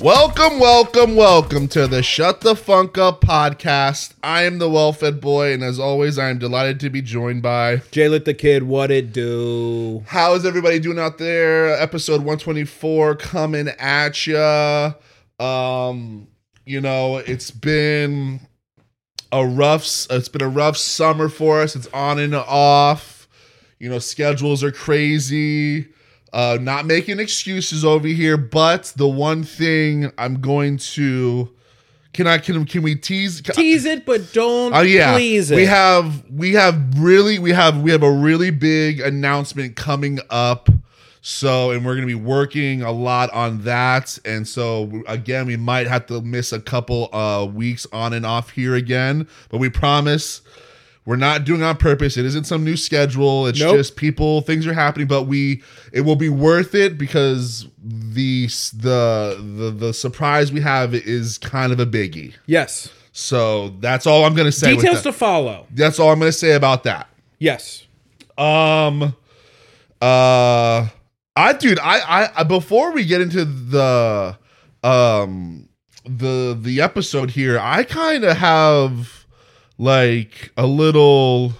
Welcome, welcome, welcome to the Shut the Funk Up podcast. I am the well fed boy, and as always, I am delighted to be joined by. Jay Lit the Kid, what it do? How is everybody doing out there? Episode 124 coming at ya. Um, you know, it's been a rough s- it's been a rough summer for us. It's on and off. You know, schedules are crazy. Uh not making excuses over here, but the one thing I'm going to can I can can we tease can- Tease it, but don't Oh yeah, please it. we have we have really we have we have a really big announcement coming up. So and we're gonna be working a lot on that. And so again, we might have to miss a couple uh weeks on and off here again, but we promise. We're not doing it on purpose. It isn't some new schedule. It's Nope. just people, things are happening, but we it will be worth it because the the the, the surprise we have is kind of a biggie. yes. So that's all I'm gonna say. with Details that. to follow. That's all I'm gonna say about that. Yes. Um, uh, I dude, I, I, I before we get into the, um, the the episode here, I kind of have like a little.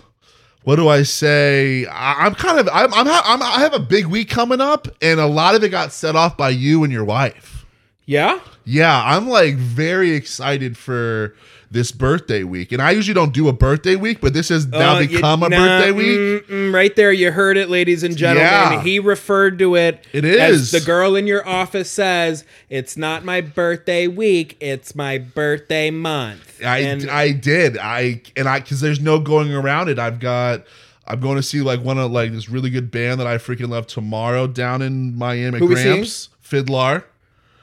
What do I say? I, I'm kind of I'm, I'm ha- I'm I have a big week coming up, and a lot of it got set off by you and your wife. Yeah? Yeah, I'm like very excited for this birthday week, and I usually don't do a birthday week, but this has now Uh, you- become a nah, birthday week. mm-mm, right there, you heard it, ladies and gentlemen. Yeah. He referred to it. It is. as the girl in your office says, "It's not my birthday week; it's my birthday month." I and I did I and I because there's no going around it. I've got I'm going to see like one of like this really good band that I freaking love tomorrow down in Miami. Who we Gramps Fiddler.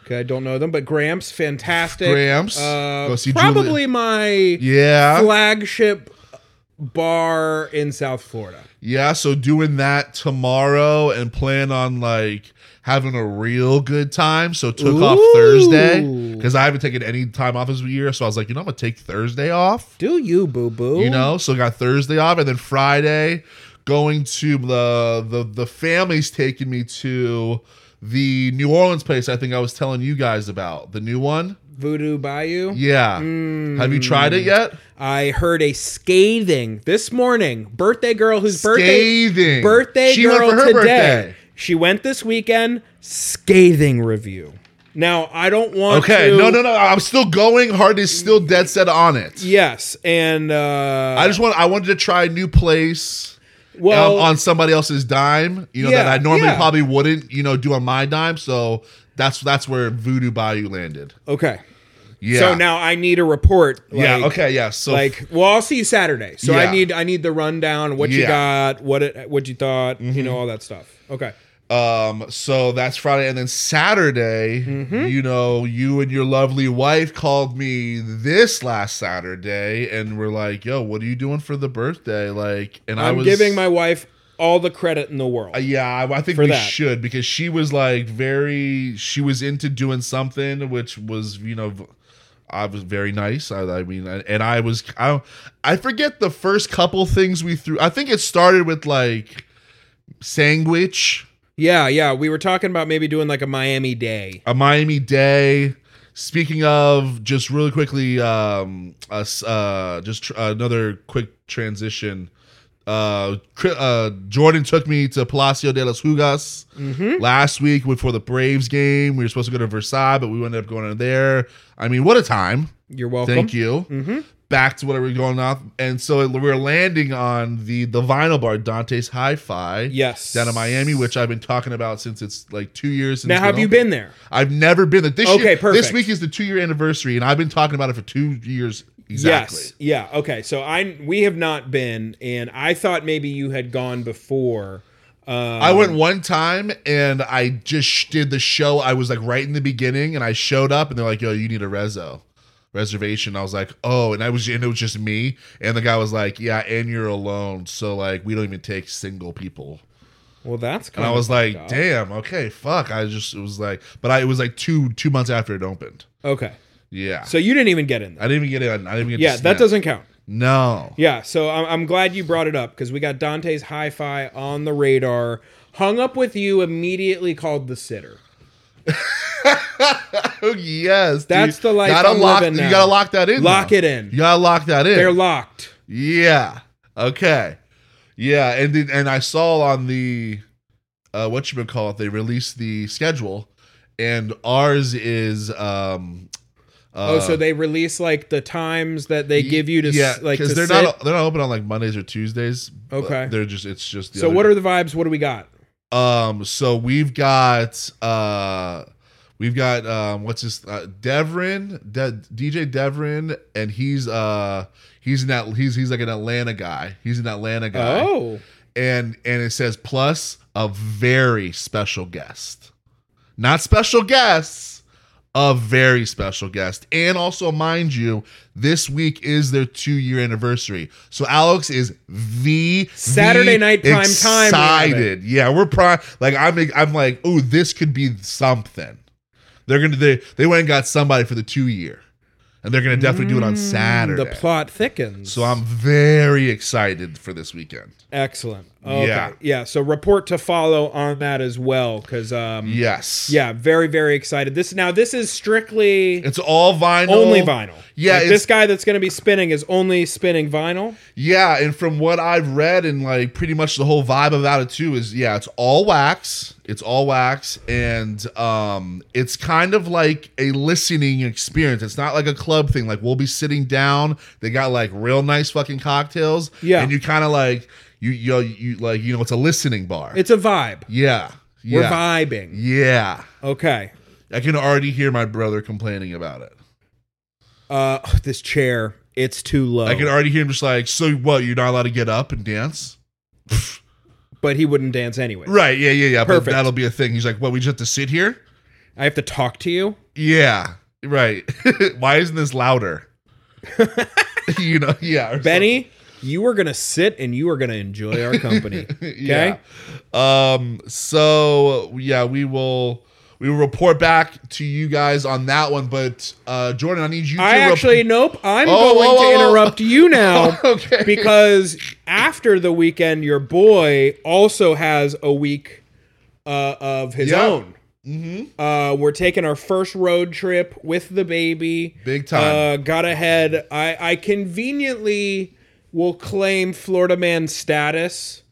okay, I don't know them, but Gramps, fantastic. Gramps. uh, Go see probably Julia- my Yeah, flagship bar in South Florida. yeah. So doing that tomorrow and plan on like having a real good time. So took off Ooh. Thursday because I haven't taken any time off this year. So I was like, you know, I'm gonna take Thursday off. Do you, boo boo? You know, so got Thursday off, and then Friday going to the the the family's taking me to the New Orleans place. I think I was telling you guys about the new one. Voodoo Bayou. Yeah, have you tried Mm. it yet? I heard a scathing this morning. Birthday girl whose birthday Scathing. birthday She went girl for her today. birthday. She went this weekend. Scathing review. Now I don't want Okay, to. no, no, no. I'm still going. Heart is still dead set on it. Yes, and uh, I um, just want. I wanted to try a new place. well um, on somebody else's dime, you know Yeah, that I normally yeah. probably wouldn't, you know, do on my dime. So that's that's where Voodoo Bayou landed. okay. Yeah. So now I need a report. Like, yeah. Okay. Yeah. So Like, well, I'll see you Saturday. So Yeah. I need I need the rundown. What you Yeah. Mm-hmm. got? What it, what you thought? You know all that stuff. Okay. Um, so that's Friday, and then Saturday, Mm-hmm. you know, you and your lovely wife called me this last Saturday, and were like, "Yo, what are you doing for the birthday?" Like, and I I'm was giving my wife all the credit in the world. Uh, yeah, I, I think for we that. should because she was like very, she was into doing something, which was you know, v- I was very nice. I, I mean, I, and I was, I, I forget the first couple things we threw. I think it started with like sandwich. Yeah, yeah. We were talking about maybe doing like a Miami day. a Miami Day. Speaking of, just really quickly, um, us, uh, just tr- another quick transition. Uh, Cri- uh, Jordan took me to Palacio de las Hugas Mm-hmm. last week before the Braves game. We were supposed to go to Versailles, but we ended up going there. I mean, what a time! You're welcome. Mm-hmm. Thank you. Back to what we were going off, and so we we're landing on the the vinyl bar Dante's Hi-Fi, Yes. down in Miami, which I've been talking about since it's like two years. Since Now, we have you opened. been there? I've never been there. This Okay, year, This perfect. week is the two year anniversary, and I've been talking about it for two years exactly. Yes. Yeah. Okay. So I we have not been, and I thought maybe you had gone before. Uh, I went one time and I just sh- did the show. I was like right in the beginning, and I showed up, and they're like, "Yo, you need a rezo reservation." I was like, "Oh," and I was, and it was just me, and the guy was like, "Yeah, and you're alone, so like we don't even take single people." well, that's. Kind And I was like, fucked up. "Damn, okay, fuck." I just it was like, but I it was like two two months after it opened. Okay. Yeah, So you didn't even get in I there. didn't even get in. I didn't even get. to Yeah, sniff. that doesn't count. No. Yeah, so I'm, I'm glad you brought it up because we got Dante's hi fi on the radar. Hung up with you immediately, called the sitter. Oh, yes, dude. That's the life Gotta I'm lock, living You now. gotta lock that in. Lock though. it in. You gotta lock that in. They're locked. Yeah. Okay. Yeah, and then, and I saw on the uh what you call it, they released the schedule and ours is um uh, oh, so they release like the times that they give you to yeah, s like to cuz they're sit. not they're not open on like Mondays or Tuesdays. but Okay. They're just it's just the so other- what are the vibes? What do we got? um so we've got uh we've got um what's his uh, Devrin, De- DJ Devrin and he's uh he's in that he's he's like an Atlanta guy. He's an Atlanta guy. Oh, and and it says plus a very special guest not special guests a very special guest and also mind you this week is their two year anniversary so alex is the Saturday the night prime time, we have it. excited yeah we're prime like i'm i'm like oh this could be something they're gonna they they went and got somebody for the two year and they're gonna definitely do it on saturday Mm, the plot thickens. so i'm very excited for this weekend excellent. Okay. Yeah. Yeah. So report to follow on that as well, because um, yeah. yes very very excited. This now this is strictly It's all vinyl. only vinyl. Yeah, Like, it's- this guy that's going to be spinning is only spinning vinyl. Yeah, and from what I've read and like pretty much the whole vibe about it too is yeah, it's all wax. It's all wax and um it's kind of like a listening experience. It's not like a club thing. Like we'll be sitting down, they got like real nice fucking cocktails. Yeah. And you kind of like you you you like you know it's a listening bar. It's a vibe. yeah. Yeah. We're vibing. yeah. Okay. I can already hear my brother complaining about it. Uh, this chair, it's too low. I can already hear him just like, so what, you're not allowed to get up and dance? but he wouldn't dance anyway. Right. Yeah. Yeah. Yeah. But Perfect. that'll be a thing. He's like, "What? We just have to sit here?" I have to talk to you. Yeah. Right. Why isn't this louder? you know. Yeah. or Benny, you are going to sit and you are going to enjoy our company. something. Okay? Yeah. Um. So yeah, we will we will report back to you guys on that one. But uh Jordan, I need you. I to rep- actually, nope. I'm Oh, going oh, oh, to oh. interrupt you now Okay. because after the weekend, your boy also has a week uh, of his Yeah. Mm-hmm. own. Uh, we're taking our first road trip with the baby. Big time. Uh, got ahead. I, I conveniently will claim Florida man status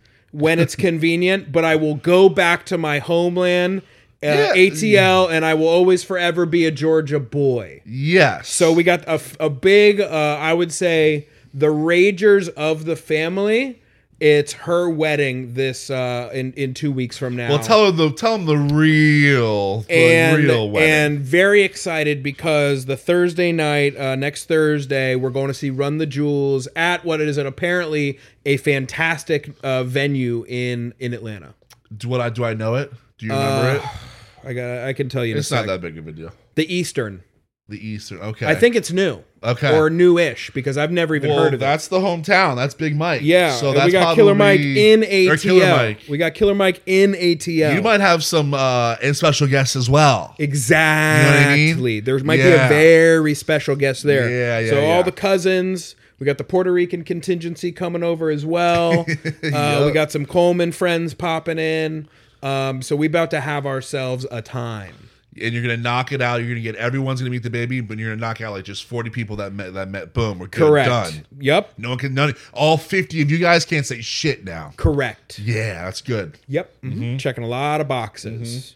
when it's convenient, but I will go back to my homeland, uh, Yeah. ATL, and I will always forever be a Georgia boy. yes. So we got a, f- a big, uh, I would say, the Ragers of the family. It's her wedding this uh, in in two weeks from now Well, tell him the tell him the real the and real wedding. and very excited because the Thursday night, uh, next Thursday, we're going to see Run the Jewels at what is an apparently a fantastic uh, venue in in Atlanta. do what I do I know it? Do you remember Uh, it? I got I can tell you in a It's not sec. that big of a deal. the Eastern. The Eastern. Okay. I think it's new Okay. or newish because I've never even Well, heard of it. that's the hometown. That's Big Mike. Yeah, So and that's we got Killer Mike probably- in or ATL. Killer Mike. We got Killer Mike in ATL. You might have some uh and special guests as well. Exactly. There might be Yeah. a very special guest there. Yeah, yeah, So yeah. all the cousins, we got the Puerto Rican contingency coming over as well. uh, we got some Coleman friends popping in. Um, so we about to have ourselves a time. And you're gonna knock it out. You're gonna get everyone's gonna meet the baby, but you're gonna knock out like just 40 people that met that met. Boom, we're good, Correct. done. Yep. No one can none all 50 of you guys can't say shit now. Correct. Yeah, that's good. Yep. Mm-hmm. Mhm. Checking a lot of boxes.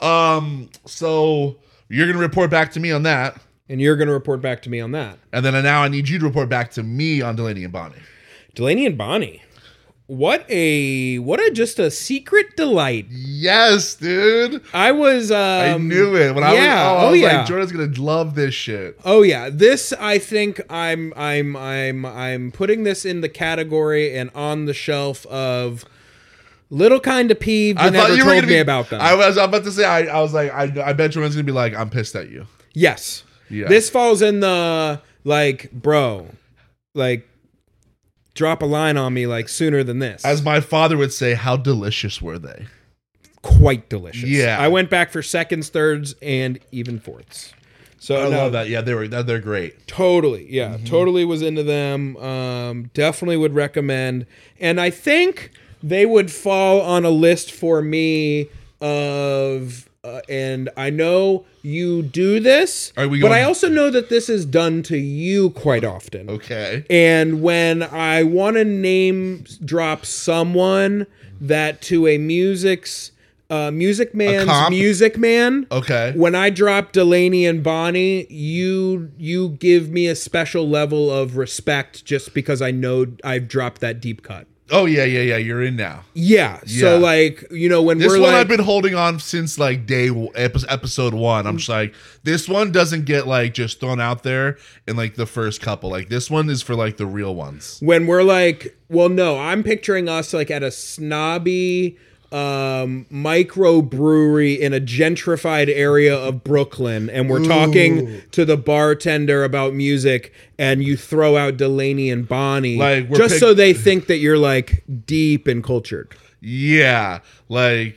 Um, so you're gonna report back to me on that. And you're going to report back to me on that. And then now I need you to report back to me on Delaney and Bonnie. Delaney and Bonnie. What a what a just a secret delight. Yes, dude. I was um, I knew it. When I was, yeah. oh, I Oh, was yeah. like, Jordan's gonna love this shit. Oh yeah, this I think I'm I'm I'm I'm putting this in the category and on the shelf of little kind of peeved. You never told gonna me about them. I was I'm about to say I, I was like I, I bet Jordan's gonna be like I'm pissed at you. yes, Yeah. this falls in the like, bro, like, drop a line on me like sooner than this. As my father would say, how delicious were they? quite delicious. Yeah. I went back for seconds, thirds, and even fourths. So I Oh, no, love that. Mm-hmm. Yeah, they were. They're great. Totally, yeah, totally was into them. Um, definitely would recommend, and I think they would fall on a list for me of Uh, and I know you do this, Are we but going- I also know that this is done to you quite often. Okay. And when I want to name drop someone that to a music's uh, music man's cop? music man, Okay. when I drop Delaney and Bonnie, you you give me a special level of respect just because I know I've dropped that deep cut. Oh yeah, yeah, yeah. You're in now. Yeah. Yeah. So like you know when This we're one like I've been holding on since like day w- epi- episode one. I'm just like, this one doesn't get like just thrown out there in like the first couple. Like this one is for like the real ones. when we're like, well, no, I'm picturing us like at a snobby um micro brewery in a gentrified area of Brooklyn and we're talking to the bartender about music and you throw out Delaney and Bonnie Like, we're just pic- so they think that you're like deep and cultured. Yeah, like.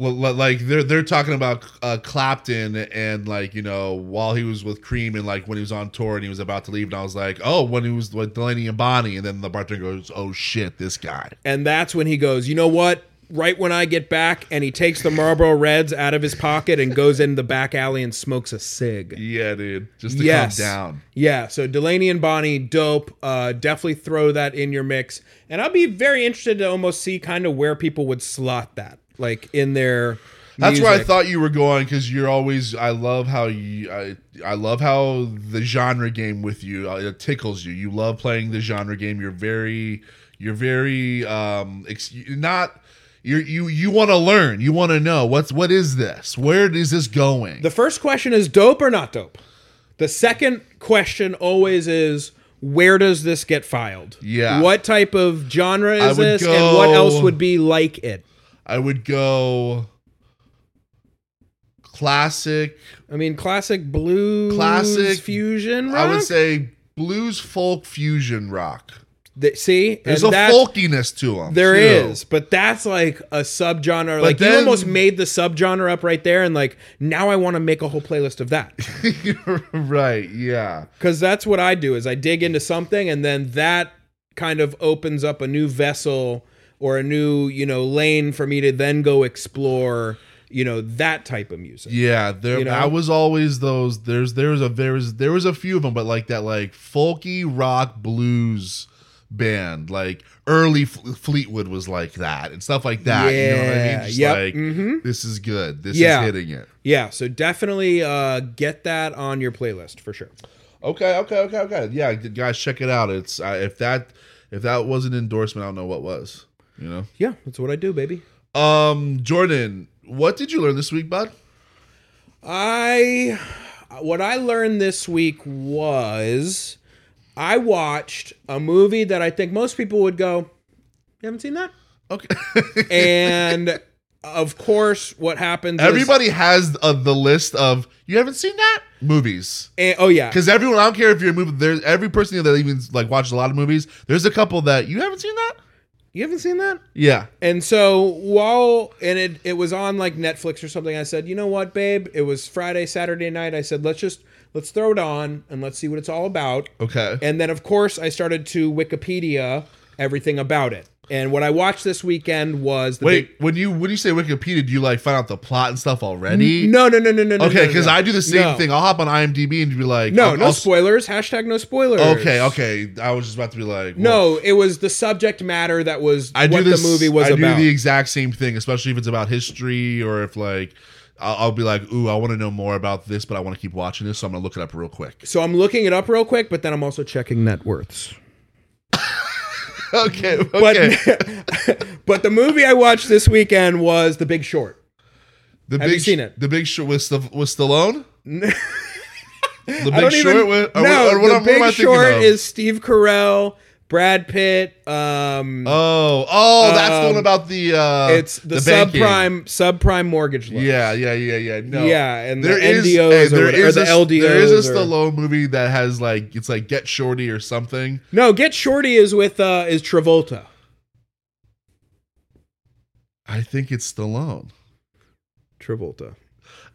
l- l- Like they're they're talking about uh, Clapton and like you know while he was with Cream and like when he was on tour and he was about to leave and I was like oh when he was with Delaney and Bonnie and then the bartender goes oh shit this guy And that's when he goes, you know what? Right when I get back, and he takes the Marlboro Reds out of his pocket and goes into the back alley and smokes a cig. yeah dude just to yes. calm down Yeah. So Delaney and Bonnie, dope. Uh, definitely throw that in your mix. And I'll be very interested to almost see kind of where people would slot that, like in their. That's where I music. thought you were going because you're always. I love how you. I, I love how the genre game with you. uh, It tickles you. You love playing the genre game. You're very. You're very. Um. Ex- you're not. You're, you you want to learn. You want to know what's what is this? Where is this going? The first question is dope or not dope. The second question always is where does this get filed? Yeah. What type of genre I is would this, and what go- else would be like it? I would go. Classic. I mean, classic blues, Classic- fusion rock. I would say blues folk fusion rock. Th- see, There's and a that's- folkiness to them. There is, but that's like a subgenre. like you then- almost made the subgenre up right there, and like now I want to make a whole playlist of that right. Yeah. because that's what I do. Is I dig into something, and then that kind of opens up a new vessel or a new you know lane for me to then go explore you know that type of music. Yeah, there You know? I was always those. There's there's a there's there was a few of them, but like that like folky rock blues band, like early F- Fleetwood was like that and stuff like that. you know what I Yeah, mean? Just yep, like mhm. this is good. This Yeah. is hitting it. Yeah, so definitely uh, get that on your playlist for sure. Okay, okay, okay, okay. Yeah, g- guys, check it out. It's uh, if that if that was an endorsement, I don't know what was. You Yeah, that's what I do, baby. know, um, Jordan, what did you learn this week, bud? I what I learned this week was I watched a movie that I think most people would go, "You haven't seen that?" Okay, And of course, what happens? is- everybody has uh, the list of you haven't seen that movies. and- oh yeah, Because everyone, I don't care if you're a movie. There's every person that even like watches a lot of movies. There's a couple that you haven't seen that. you haven't seen that. Yeah, And so while and it it was on like Netflix or something, I said, you know what, babe? It was Friday, Saturday night. I said, let's just let's throw it on and let's see what it's all about. okay. And then, of course, I started to Wikipedia everything about it. And what I watched this weekend was the Wait, when you when you say Wikipedia, do you like find out the plot and stuff already? Big, no, no, no, no, no. no, Okay, no, because no. I do the same No. thing. I'll hop on IMDb and be like, No, I'll- no I'll- spoilers. Hashtag no spoilers. Okay, okay. I was just about to be like, well, No, it was the subject matter that was I do what this, the movie was I about. do the exact same thing, especially if it's about history or if like I'll, I'll be like, ooh, I want to know more about this, but I want to keep watching this, so I'm gonna look it up real quick. so I'm looking it up real quick, but then I'm also checking net worths. okay, okay. But but the movie I watched this weekend was The Big Short. The Have big you seen Sh- it? The big short with Sta- with Stallone. the big I don't short. even. with, or no, what- or what am- The what am I Big thinking Short of? is Steve Carell, Brad Pitt, um, Oh, oh, that's the one Um, about the. uh it's the, banking. subprime subprime mortgage loan. Yeah, yeah, yeah, yeah. No. Yeah, and the There is NDOs hey, or whatever- or the a, There is LDOs a or- Stallone movie that has like it's like Get Shorty or something. No, Get Shorty is with uh is Travolta. I think it's Stallone. Travolta.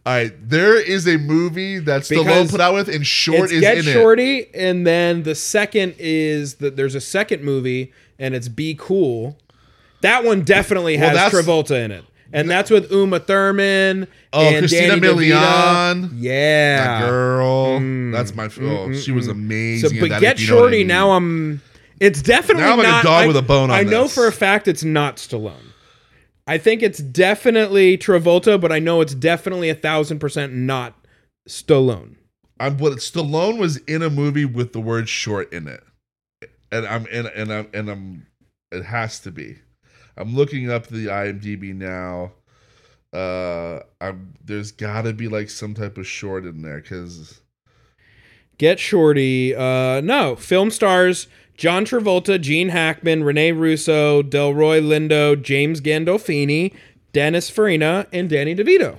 All right, there is a movie that Stallone Because put out with, and Short it's is Get in Shorty, and then the second is that there's a second movie, and it's Be Cool. That one definitely Well, has that's- Travolta in it. and that's with Uma Thurman. Oh, and Christina Danny DeVito. Milian. That Yeah. girl. Mm. That's my film. Mm, mm, she was mm. amazing. So, in but that, get if you know what I shorty. mean. Now I'm. It's definitely Now I'm like a not- dog I- with a bone on I know this. for a fact it's not Stallone. I think it's definitely Travolta, but I know it's definitely a thousand percent not Stallone. I'm but Stallone was in a movie with the word short in it. And I'm and, and I'm and I'm it has to be. I'm looking up the IMDb now. Uh I'm there's gotta be like some type of short in there because Get Shorty. Uh, no, film stars John Travolta, Gene Hackman, Rene Russo, Delroy Lindo, James Gandolfini, Dennis Farina, and Danny DeVito.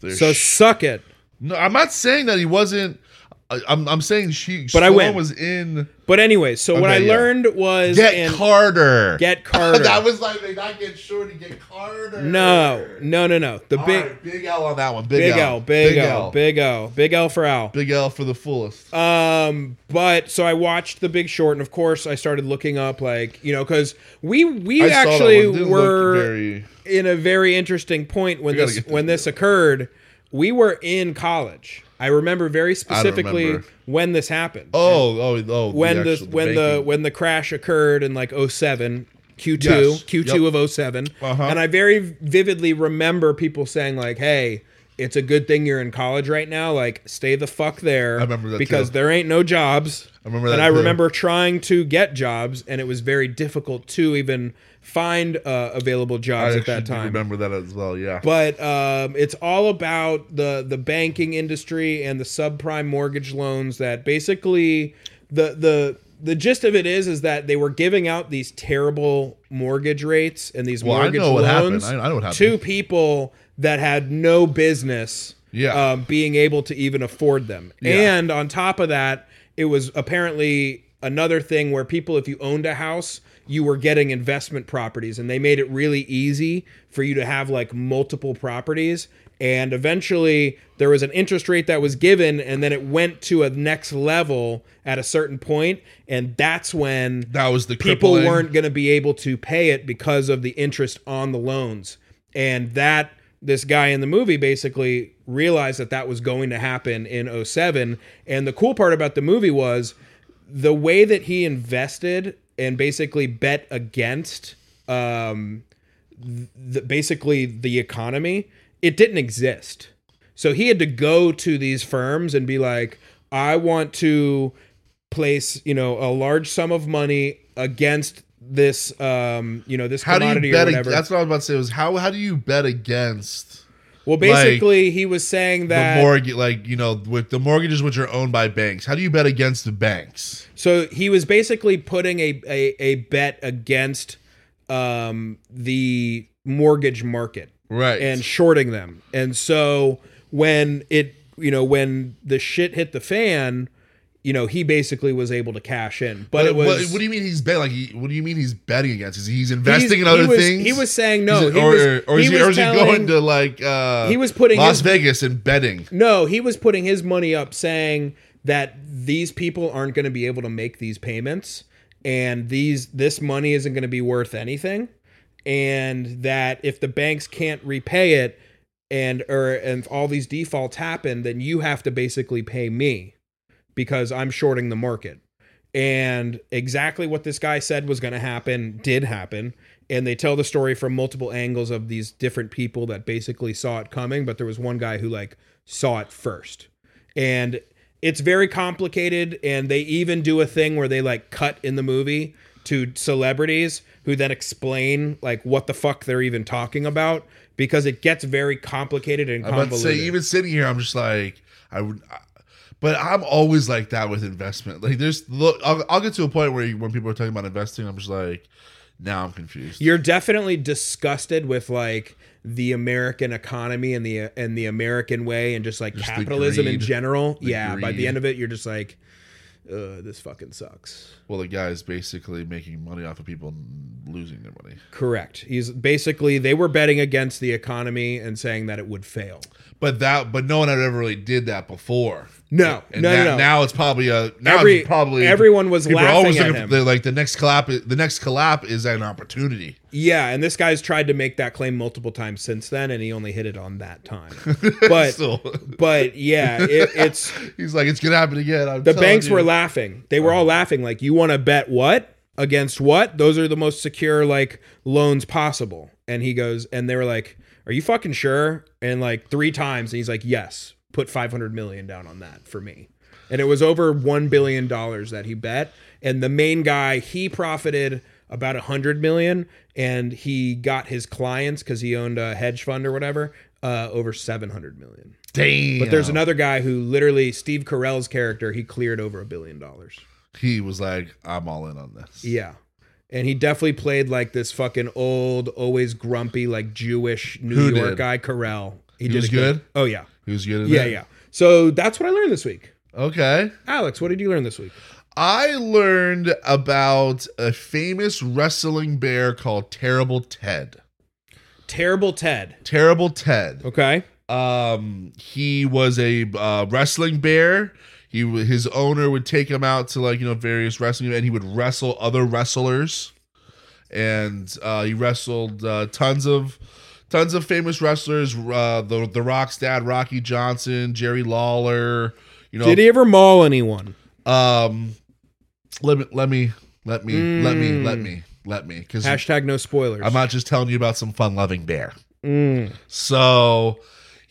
there's So sh- suck it. No, I'm not saying that he wasn't I, I'm I'm saying she But I Stallone win. was in But anyway, so what Okay, I yeah. learned was Get in- Carter. Get Carter. that was like they not get short and get Carter. no, no, no, no. The All big, right, big L on that one. Big, big L. L, big, L, big L, big L for Al. Big L for the fullest. Um, but so I watched The Big Short, and of course I started looking up, like you know, because we we I saw that actually one. Didn't look were very- in a very interesting point when gotta this get this when this occurred. We were in college. I remember very specifically remember. when this happened. Oh, oh, oh! when the, actual- when the baking. when the crash occurred in like 07 Q2 Yes. Q2 of 7 Uh-huh. and I very vividly remember people saying like hey it's a good thing you're in college right now like stay the fuck there I remember that because too. there ain't no jobs I remember that and I too. remember trying to get jobs and it was very difficult to even find uh, available I jobs at actually that do time remember that as well. Yeah, but um, it's all about the the banking industry and the subprime mortgage loans that basically the the the gist of it is is that they were giving out these terrible mortgage rates and these Well, I mortgage know what happened. loans I- I know what happened. to people that had no business Yeah. um, being able to even afford them. Yeah. And on top of that, it was apparently another thing where people, if you owned a house, you were getting investment properties, and they made it really easy for you to have like multiple properties. And eventually, there was an interest rate that was given, and then it went to a next level at a certain point, and that's when that was the people crippling- weren't going to be able to pay it because of the interest on the loans and that this guy in the movie basically realized that that was going to happen in 07 and the cool part about the movie was the way that he invested and basically bet against um, the, basically the economy it didn't exist so he had to go to these firms and be like i want to place you know a large sum of money against this um you know this How do commodity you bet? or ag- whatever that's what I was about to say. Was how how do you bet against well basically he was saying that the mortgage? Like you know, with the mortgages which are owned by banks, how do you bet against the banks? So he was basically putting a a, a bet against um, the mortgage market Right. and shorting them. And so when it you know when the shit hit the fan, you know he basically was able to cash in. But it was what, what do you mean he's betting? Like, he, what do you mean he's betting against? Is he- he's investing He's- in other he was- things? he was saying no, Is it- he or, was- or is he he, or was is he telling- going to like? Uh, He was putting Las his- Vegas and betting. No, he was putting his money up saying that these people aren't going to be able to make these payments and these this money isn't going to be worth anything and that if the banks can't repay it and or and if all these defaults happen then you have to basically pay me because I'm shorting the market. And exactly what this guy said was going to happen did happen. And they tell the story from multiple angles of these different people that basically saw it coming, but there was one guy who like saw it first. And it's very complicated. And they even do a thing where they like cut in the movie to celebrities who then explain like what the fuck they're even talking about because it gets very complicated and I'm about convoluted. to say, even sitting here, I'm just like, I would. I, but I'm always like that with investment. Like, there's look, I'll, I'll get to a point where you, when people are talking about investing, I'm just like, now I'm confused. you're definitely disgusted with like the American economy and the and the American way and just like the capitalism in greed. general. yeah, by the greed. end of it, you're just like, Ugh, this fucking sucks. Well, the guy's basically making money off of people losing their money. Correct. He's basically they were betting against the economy and saying that it would fail. But that, but no one had ever really did that before. No, And no, that, no, no. Now it's probably a now Every- it's probably everyone was people are laughing always at looking him. for the- like the next collapse. The next collapse is an opportunity. Yeah, and this guy's tried to make that claim multiple times since then, and he only hit it on that time. But Still, but yeah, it, it's he's like, it's gonna happen again. I'm the telling banks you. were laughing. They were all laughing. Like, you want to bet what against what? Those are the most secure like loans possible. And he goes, and they were like, "Are you fucking sure?" And like three times, and he's like, "Yes." Put five hundred million down on that for me. And it was over one billion dollars that he bet. And the main guy, he profited about a hundred million, and he got his clients because he owned a hedge fund or whatever uh, over seven hundred million. Damn. But there's another guy who literally Steve Carell's character, he cleared over a billion dollars. He was like, I'm all in on this. Yeah. And he definitely played like this fucking old, always grumpy, like Jewish New Who York did? guy, Carell. He, was a good? Oh yeah. He was good. In Yeah, it. yeah. So that's what I learned this week. Okay. Alex, what did you learn this week? I learned about a famous wrestling bear called Terrible Ted. Terrible Ted. Terrible Ted. Okay. um he was a uh, wrestling bear he w- his owner would take him out to like you know various wrestling and he would wrestle other wrestlers and uh he wrestled uh, tons of tons of famous wrestlers uh the the rock's dad rocky johnson jerry lawler you know Did he ever maul anyone? um let me let me let me let me let Mm. me let me because Hashtag no spoilers. i'm not just telling you about some fun loving bear Mm. so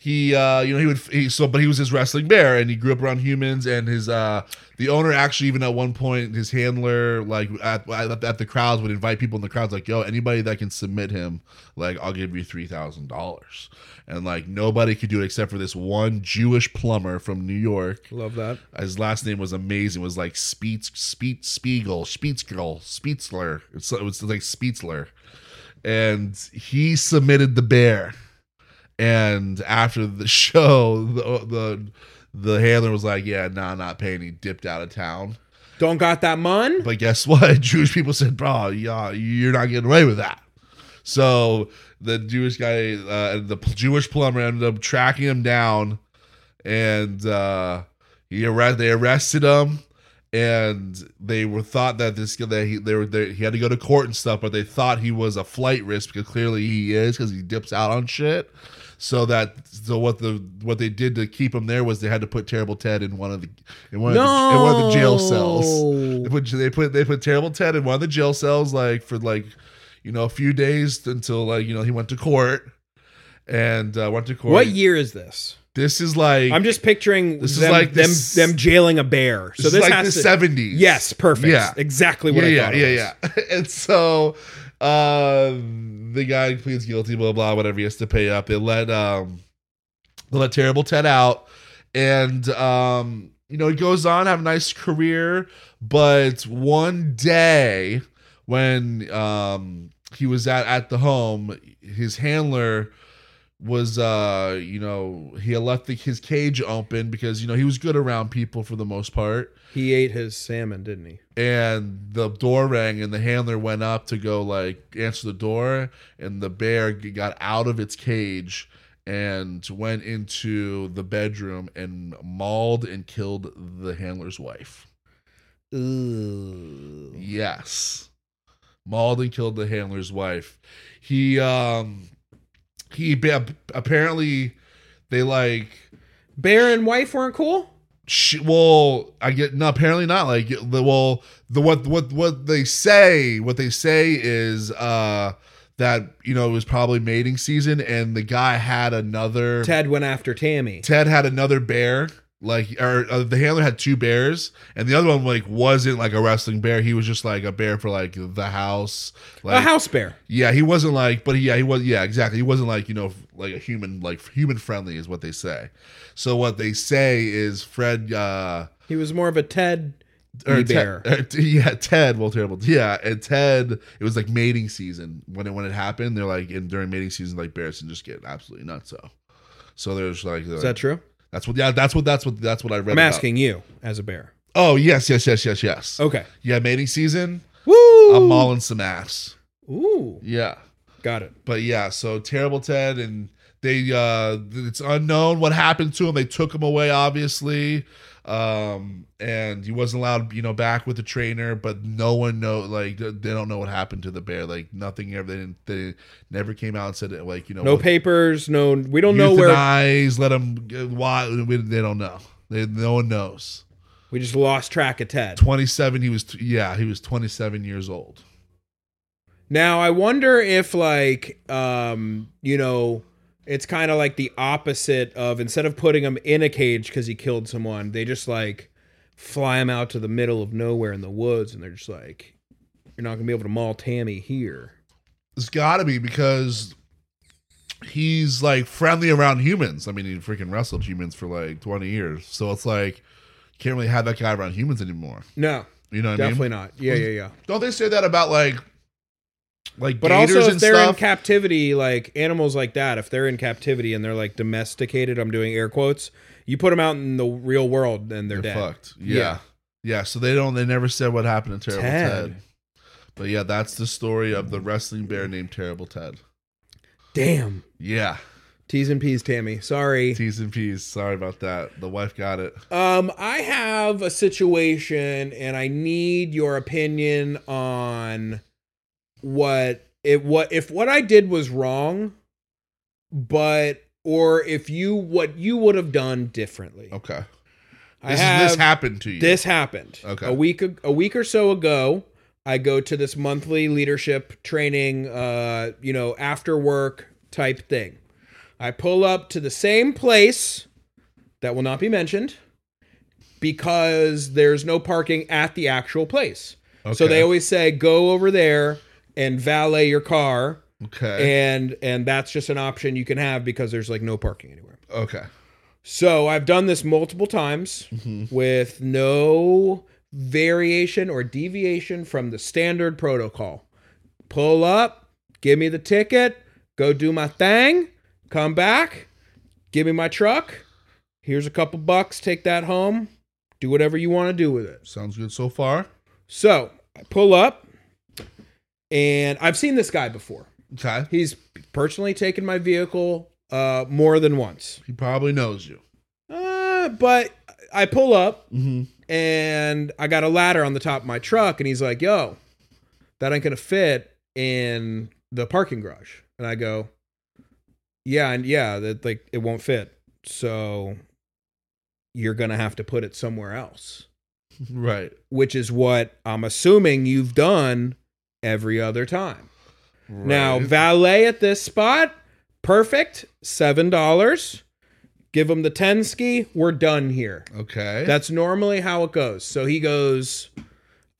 he, uh, you know, he would he, so, but he was his wrestling bear, and he grew up around humans. And his uh, the owner actually even at one point his handler like at, at, at the crowds would invite people in the crowds like, yo, anybody that can submit him, like I'll give you three thousand dollars. And like nobody could do it except for this one Jewish plumber from New York. Love that. His last name was amazing. It was like Speets, Speet, Spiegel, Spietzgirl, Spietzler. It's, it was like Spietzler. And he submitted the bear. And after the show, the the, the handler was like, "Yeah, nah, not paying." He dipped out of town. Don't got that mon? But guess what? Jewish people said, "Bro, yeah, you're not getting away with that." So the Jewish guy, uh, the p- Jewish plumber, ended up tracking him down, and uh, he arrest they arrested him, and they were thought that this that he they were they, he had to go to court and stuff, but they thought he was a flight risk because clearly he is because he dips out on shit. So that so what the what they did to keep him there was they had to put Terrible Ted in one of the in one, of, the, in one of the jail cells. No. They put they put they put terrible Ted in one of the jail cells like for like you know a few days until like you know he went to court and uh, went to court. What year is this? This is like I'm just picturing This is them, like them this- them jailing a bear. this so is this like has the to, seventies. yes, perfect. Yeah. exactly what Yeah, I yeah, thought. it yeah, was. yeah. and so uh, the guy pleads guilty, blah blah, whatever he has to pay up. They let um they let terrible Ted out, and um you know he goes on have a nice career, but one day when um he was at at the home, his handler was uh you know he had left the, his cage open because you know he was good around people for the most part He ate his salmon, didn't he? and the door rang and the handler went up to go like answer the door and the bear g- got out of its cage and went into the bedroom and mauled and killed the handler's wife Ooh. yes mauled and killed the handler's wife he um he ba- apparently they like Bear and wife weren't cool. she, well, I get no. Apparently not. Like, the, well, the what what what they say, what they say is uh that you know it was probably mating season, and the guy had another. Ted, Ted went after Tammy. had another bear. Like, or uh, the handler had two bears, and the other one like wasn't like a wrestling bear. He was just like a bear for like the house. Like, a house bear. yeah, he wasn't like, but he, yeah, he was, yeah, exactly. He wasn't like, you know, like a human, like human friendly is what they say. So what they say is Fred, uh, He was more of a Ted or e Ted- uh, bear. or T- yeah, Ted. Well, terrible. Yeah, and Ted. It was like mating season when it when it happened. They're like, and during mating season, like bears can just get absolutely nuts. So, so there's like, uh, Is that true? that's what. Yeah, that's what. That's what. That's what I read. I'm about. asking Oh. you as a bear. Oh yes, yes, yes, yes, yes. Okay. Yeah, mating season. Woo. I'm mauling some ass. Ooh. Yeah, Got it. but yeah. So terrible Ted and they. uh It's unknown what happened to him. They took him away, obviously. um and he wasn't allowed you know back with the trainer but no one know like they don't know what happened to the bear like nothing ever they didn't they never came out and said it like you know No what- papers, no. We don't know where. euthanize, let them why we, they don't know they, no one knows We just lost track of Ted. 27 he was t- yeah he was 27 years old Now I wonder if like um you know it's kind of like the opposite of instead of putting him in a cage cuz he killed someone they just like fly him out to the middle of nowhere in the woods and they're just like you're not going to be able to maul Tammy here. it's gotta be because he's like friendly around humans i mean he freaking wrestled humans for like 20 years so it's like can't really have that guy around humans anymore No, you know what i mean definitely not. Yeah, yeah, yeah. Don't they say that about like, like But gators also if and they're stuff? in captivity like animals like that if they're in captivity and they're like domesticated, I'm doing air quotes, you put them out in the real world and they're, They're dead. fucked. Yeah. yeah, Yeah. So they don't. They never said what happened to Terrible Ted. Ted. But yeah, that's the story of the wrestling bear named Terrible Ted. Damn. Yeah, T's and P's, Tammy. Sorry. T's and P's. Sorry about that. The wife got it. Um, I have a situation and I need your opinion on what it what if what I did was wrong, but or if you what you would have done differently. Okay. I This, is- have this happened to you. this happened. Okay. A week ag- a week or so ago, I go to this monthly leadership training uh, you know, after work type thing. I pull up to the same place that will not be mentioned because there's no parking at the actual place. So Okay. they always say go over there and valet your car Okay. and and that's just an option you can have because there's like no parking anywhere. okay. So I've done this multiple times with no variation or deviation from the standard protocol. Pull up, give me the ticket, go do my thing, come back, give me my truck. Here's a couple bucks, take that home, do whatever you want to do with it. Sounds good so far. So I pull up, and I've seen this guy before. Okay. He's personally taken my vehicle uh, more than once. He probably knows you. Uh, but I pull up Mm-hmm. and I got a ladder on the top of my truck, and he's like, "Yo, that ain't gonna fit in the parking garage." And I go, "Yeah, and yeah, that like it won't fit, so you're gonna have to put it somewhere else." Right. Which is what I'm assuming you've done every other time. Now, Right. valet at this spot, perfect, seven dollars. Give him the ten ski. We're done here. okay. That's normally how it goes. So he goes,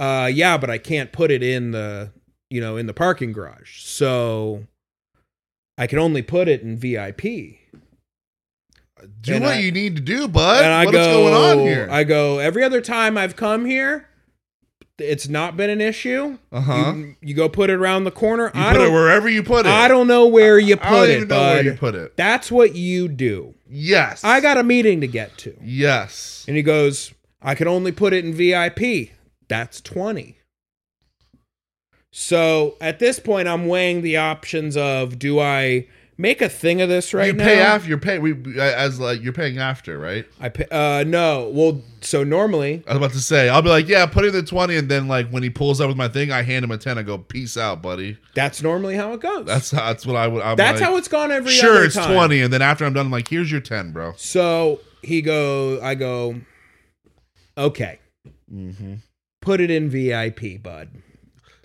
uh, yeah, but I can't put it in the, you know, in the parking garage. So I can only put it in VIP. do and what I- you need to do, bud. and I What's go, going on here? I go, every other time I've come here, it's not been an issue. uh huh. You, You, you go put it around the corner. I put don't, it wherever you put it. I don't know where you I don't put even it, know where you bud. put it. That's what you do. Yes. I got a meeting to get to. Yes. And he goes, I can only put it in VIP. That's 20. So at this point, I'm weighing the options of do I make a thing of this right you now? pay after. You're paying. We as like you're paying after, right? I pay, uh, no. Well, so normally, I was about to say. I'll be like, yeah, put in the twenty, and then like when he pulls up with my thing, I hand him a ten. I go, peace out, buddy. that's normally how it goes. That's that's what I would. I'm that's like, how it's gone every Sure, other it's time. twenty, and then after I'm done, I'm like, here's your ten, bro. So he go, I go, okay, Mm-hmm. put it in VIP, bud.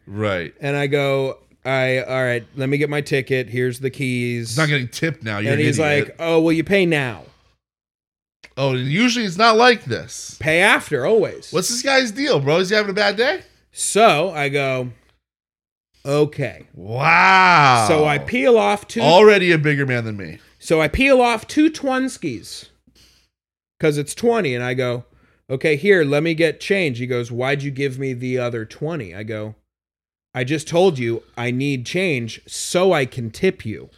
Right. And I go, I all right, let me get my ticket. Here's the keys. He's not getting tipped now. You're and he's like, "Oh, well, you pay now. like, oh, usually it's not like this. Pay after, always." What's this guy's deal, bro? Is he having a bad day? so I go, "Okay." Wow. So I peel off two. already a bigger man than me. so I peel off two Twinskis because it's twenty, and I go, "Okay, here, let me get change." He goes, "Why'd you give me the other 20? I go, "I just told you I need change so I can tip you."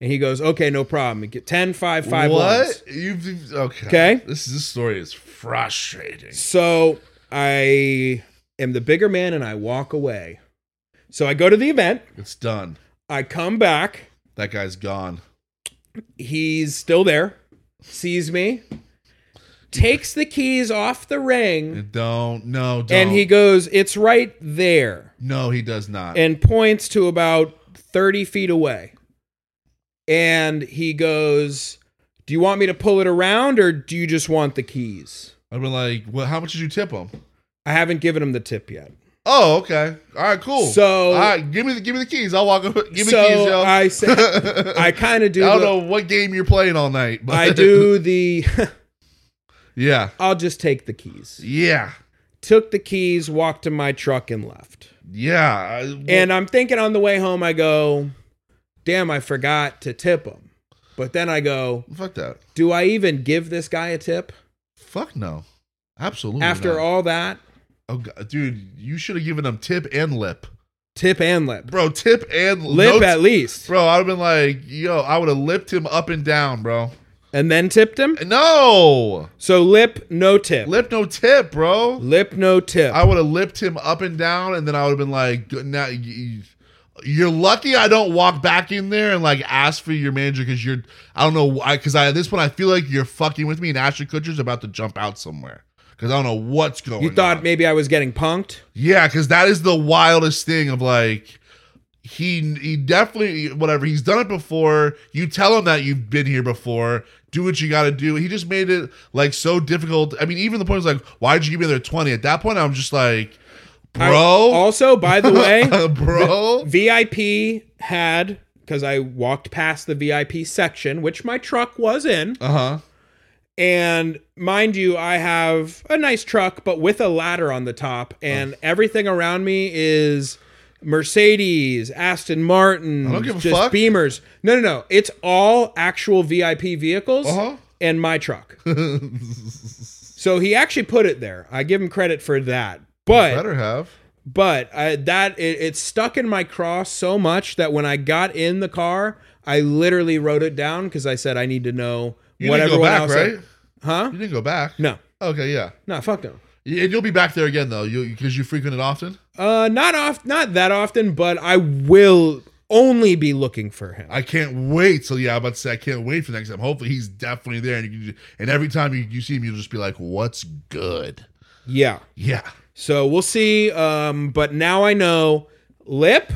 And he goes, "Okay, no problem. Get 10, 5, 5 What? ones." You've okay. Okay. This this story is frustrating. So I am the bigger man and I walk away. So I go to the event. It's done. I come back. That guy's gone. He's still there, sees me, takes the keys off the ring, Don't no. Don't. and he goes, "It's right there," no, he does not. and points to about thirty feet away. And he goes, "Do you want me to pull it around, or do you just want the keys?" I'd be like, well, how much did you tip him? I haven't given him the tip yet. Oh, okay. All right, cool. So- all right, give me the give me the keys. I'll walk up. Give me so the keys, yo. I said, I kind of do. I don't the- know what game you're playing all night, but I do the. Yeah, I'll just take the keys. yeah, Took the keys, walked to my truck, and left. yeah. I- And I'm thinking on the way home, I go, damn, I forgot to tip him. But then I go, fuck that. do I even give this guy a tip Fuck no. Absolutely. after not. all that? oh, God, dude, you should have given him tip and lip, Tip and lip. bro. Tip and Lip no at t- least. bro. I'd have been like, yo, I would have lipped him up and down, bro. And then tipped him? No, So lip, no tip. Lip, lip no tip, bro. no tip. I would have lipped him up and down, and then I would have been like, "Good- "Now y- y- you're lucky I don't walk back in there and like ask for your manager because you're I don't know why because I at this point I feel like you're fucking with me and Ashley Kutcher's about to jump out somewhere because I don't know what's going. you thought on. maybe I was getting punked? yeah, because that is the wildest thing of like. He he definitely whatever he's done it before. You tell him that you've been here before. Do what you got to do. He just made it like so difficult. I mean, even the point is like, why'd you give me their twenty? At that point, I'm just like, I- bro, also, by the way, bro. VIP had, because I walked past the VIP section, which my truck was in. Uh huh. And mind you, I have a nice truck, but with a ladder on the top, Uh-huh. and everything around me is Mercedes, Aston Martin, I don't give a just fuck. Beamers. No, no, no. It's all actual VIP vehicles Uh-huh. and my truck. so he actually put it there. I give him credit for that. But Better have. but I, that it, it stuck in my craw so much that when I got in the car, I literally wrote it down because I said I need to know You what didn't go everyone back, else. right? Said. Huh? You didn't go back. No, Okay, yeah. no, fuck no. Y- And you'll be back there again though, you because you frequent it often. Uh, not off, not that often, but I will only be looking for him. I can't wait. So yeah, I'm about to say I can't wait for next time. Hopefully he's definitely there, and you can, and every time you, you see him, you'll just be like, "What's good?" yeah. Yeah. So we'll see. Um, but now I know lip,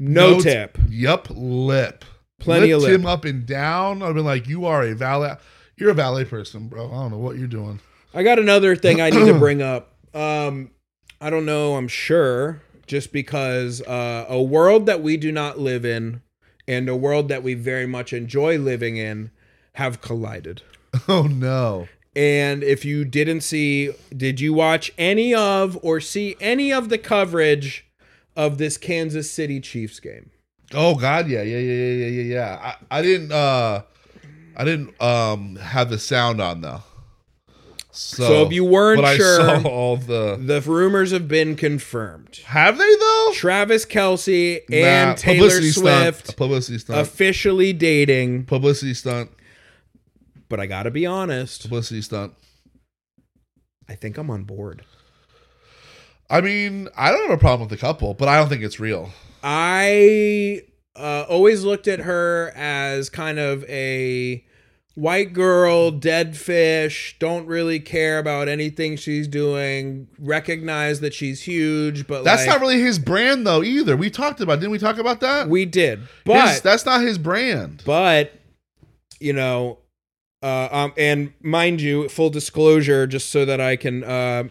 no, t- tip. Yep, lip. Plenty of Lipped lip. him up and down. I've been like, "You are a valet. You're a valet person, bro. I don't know what you're doing." I got another thing I need to bring up. Um, I don't know. I'm sure just because uh, a world that we do not live in and a world that we very much enjoy living in have collided. Oh no. And if you didn't see, did you watch any of or see any of the coverage of this Kansas City Chiefs game? Oh God, yeah, yeah, yeah, yeah, yeah, yeah. yeah. I, I didn't, uh I didn't um have the sound on though. So, So if you weren't but I sure- saw all the. The rumors have been confirmed. Have they though? Travis Kelsey and Nah, Taylor stunt. A Swift publicity stunt. officially dating. publicity stunt. But I gotta be honest, Publicity stunt. I think I'm on board. I mean, I don't have a problem with the couple, but I don't think it's real. I uh, always looked at her as kind of a white girl, dead fish, don't really care about anything she's doing, recognize that she's huge, but That's like, not really his brand though either. We talked about didn't we talk about that? we did. But His- that's not his brand. but you know uh, um, and mind you full disclosure just so that i can uh,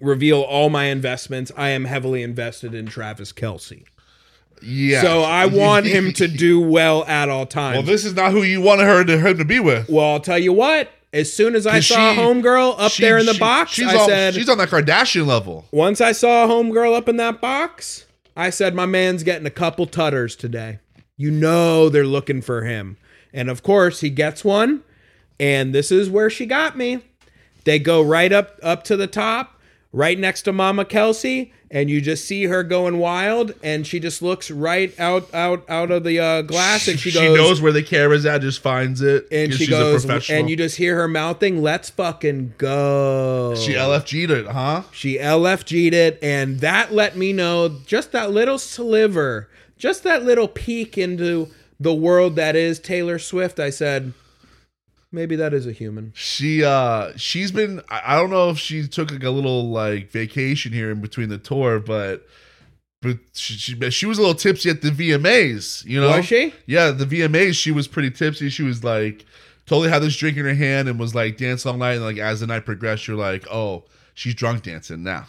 reveal all my investments i am heavily invested in travis kelsey Yeah. so i want him to do well at all times Well, well, this is not who you want her to her to be with. i'll tell you what as soon as i 'Cause saw she- homegirl up She- there in the she- box She's i on, said she's on that Kardashian level. once i saw homegirl up in that box i said my man's getting a couple tutters today you know they're looking for him and of course he gets one and this is where she got me. They go right up up to the top, right next to Mama Kelsey, and you just see her going wild, and she just looks right out out out of the uh, glass, and she goes, knows where the camera's at, just finds it, and 'cause she she's a goes, professional. and you just hear her mouthing, "Let's fucking go." she LFG'd it, huh? She LFG'd it, and that let me know just that little sliver, just that little peek into the world that is Taylor Swift. I said, Maybe that is a human. She uh she's been I I don't know if she took like a little like vacation here in between the tour, but but she she, she was a little tipsy at the VMAs, you know. Was she? Yeah, the VMAs she was pretty tipsy. She was like totally had this drink in her hand and was like dancing all night and like as the night progressed you're like, "Oh, she's drunk dancing now."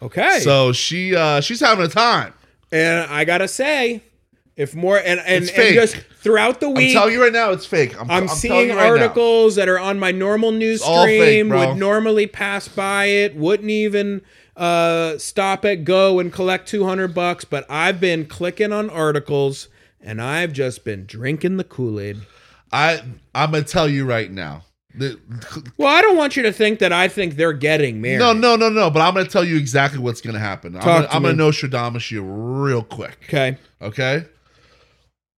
Okay. So she uh she's having a time. and I gotta say, if more and and, It's and fake. just throughout the I'm week, telling you right now it's fake. I'm, I'm, I'm telling seeing you right now. articles that are on my normal news all fake, stream, bro. would normally pass by it, wouldn't even uh, stop at go and collect 200 bucks, but I've been clicking on articles and I've just been drinking the Kool Aid. I I'm gonna tell you right now. The- Well, I don't want you to think that I think they're getting married. no, no, no, no. But I'm gonna tell you exactly what's gonna happen. I'm gonna, to I'm gonna me. Nostradamus you real quick. Okay. Okay.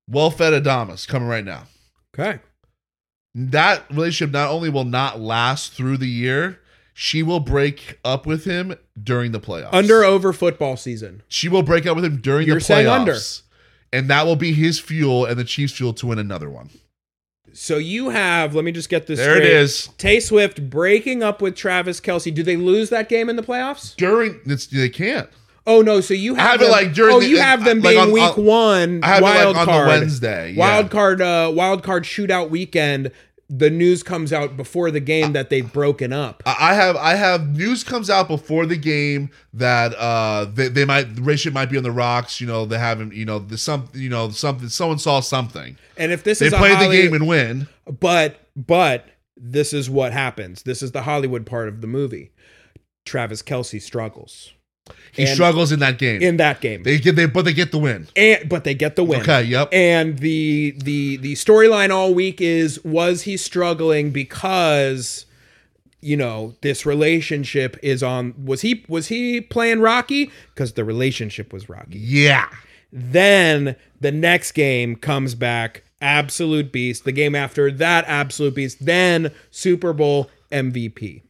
Well fed Adamas coming right now. Okay. That relationship not only will not last through the year, she will break up with him during the playoffs. Under over football season. she will break up with him during You're the playoffs. saying under. And that will be his fuel and the Chiefs' fuel to win another one. So you have, let me just get this There it straight. is. Tay Swift breaking up with Travis Kelsey. Do they lose that game in the playoffs? During it's, they can't. Oh no! So you have, have it, them, like, during Oh, the- you have them like, being on- week on- one I have wild it like on card. the Wednesday. yeah. Wild card. Uh, wild card shootout weekend. The news comes out before the game that they've broken up. I I have I have news comes out before the game that uh they, they might the relationship might be on the rocks. You know they haven't. You know the some. You know something. Someone saw something. and if this They is a played the Hollywood- game and win. But but this is what happens. This is the Hollywood part of the movie. Travis Kelsey struggles He And- struggles in that game. in that game, they get they but they get the win. and but they get the win. Okay. Yep. And the the the storyline all week is was he struggling because you know this relationship is on was he was he playing rocky because the relationship was rocky yeah. then the next game comes back absolute beast the game after that absolute beast then super bowl mvp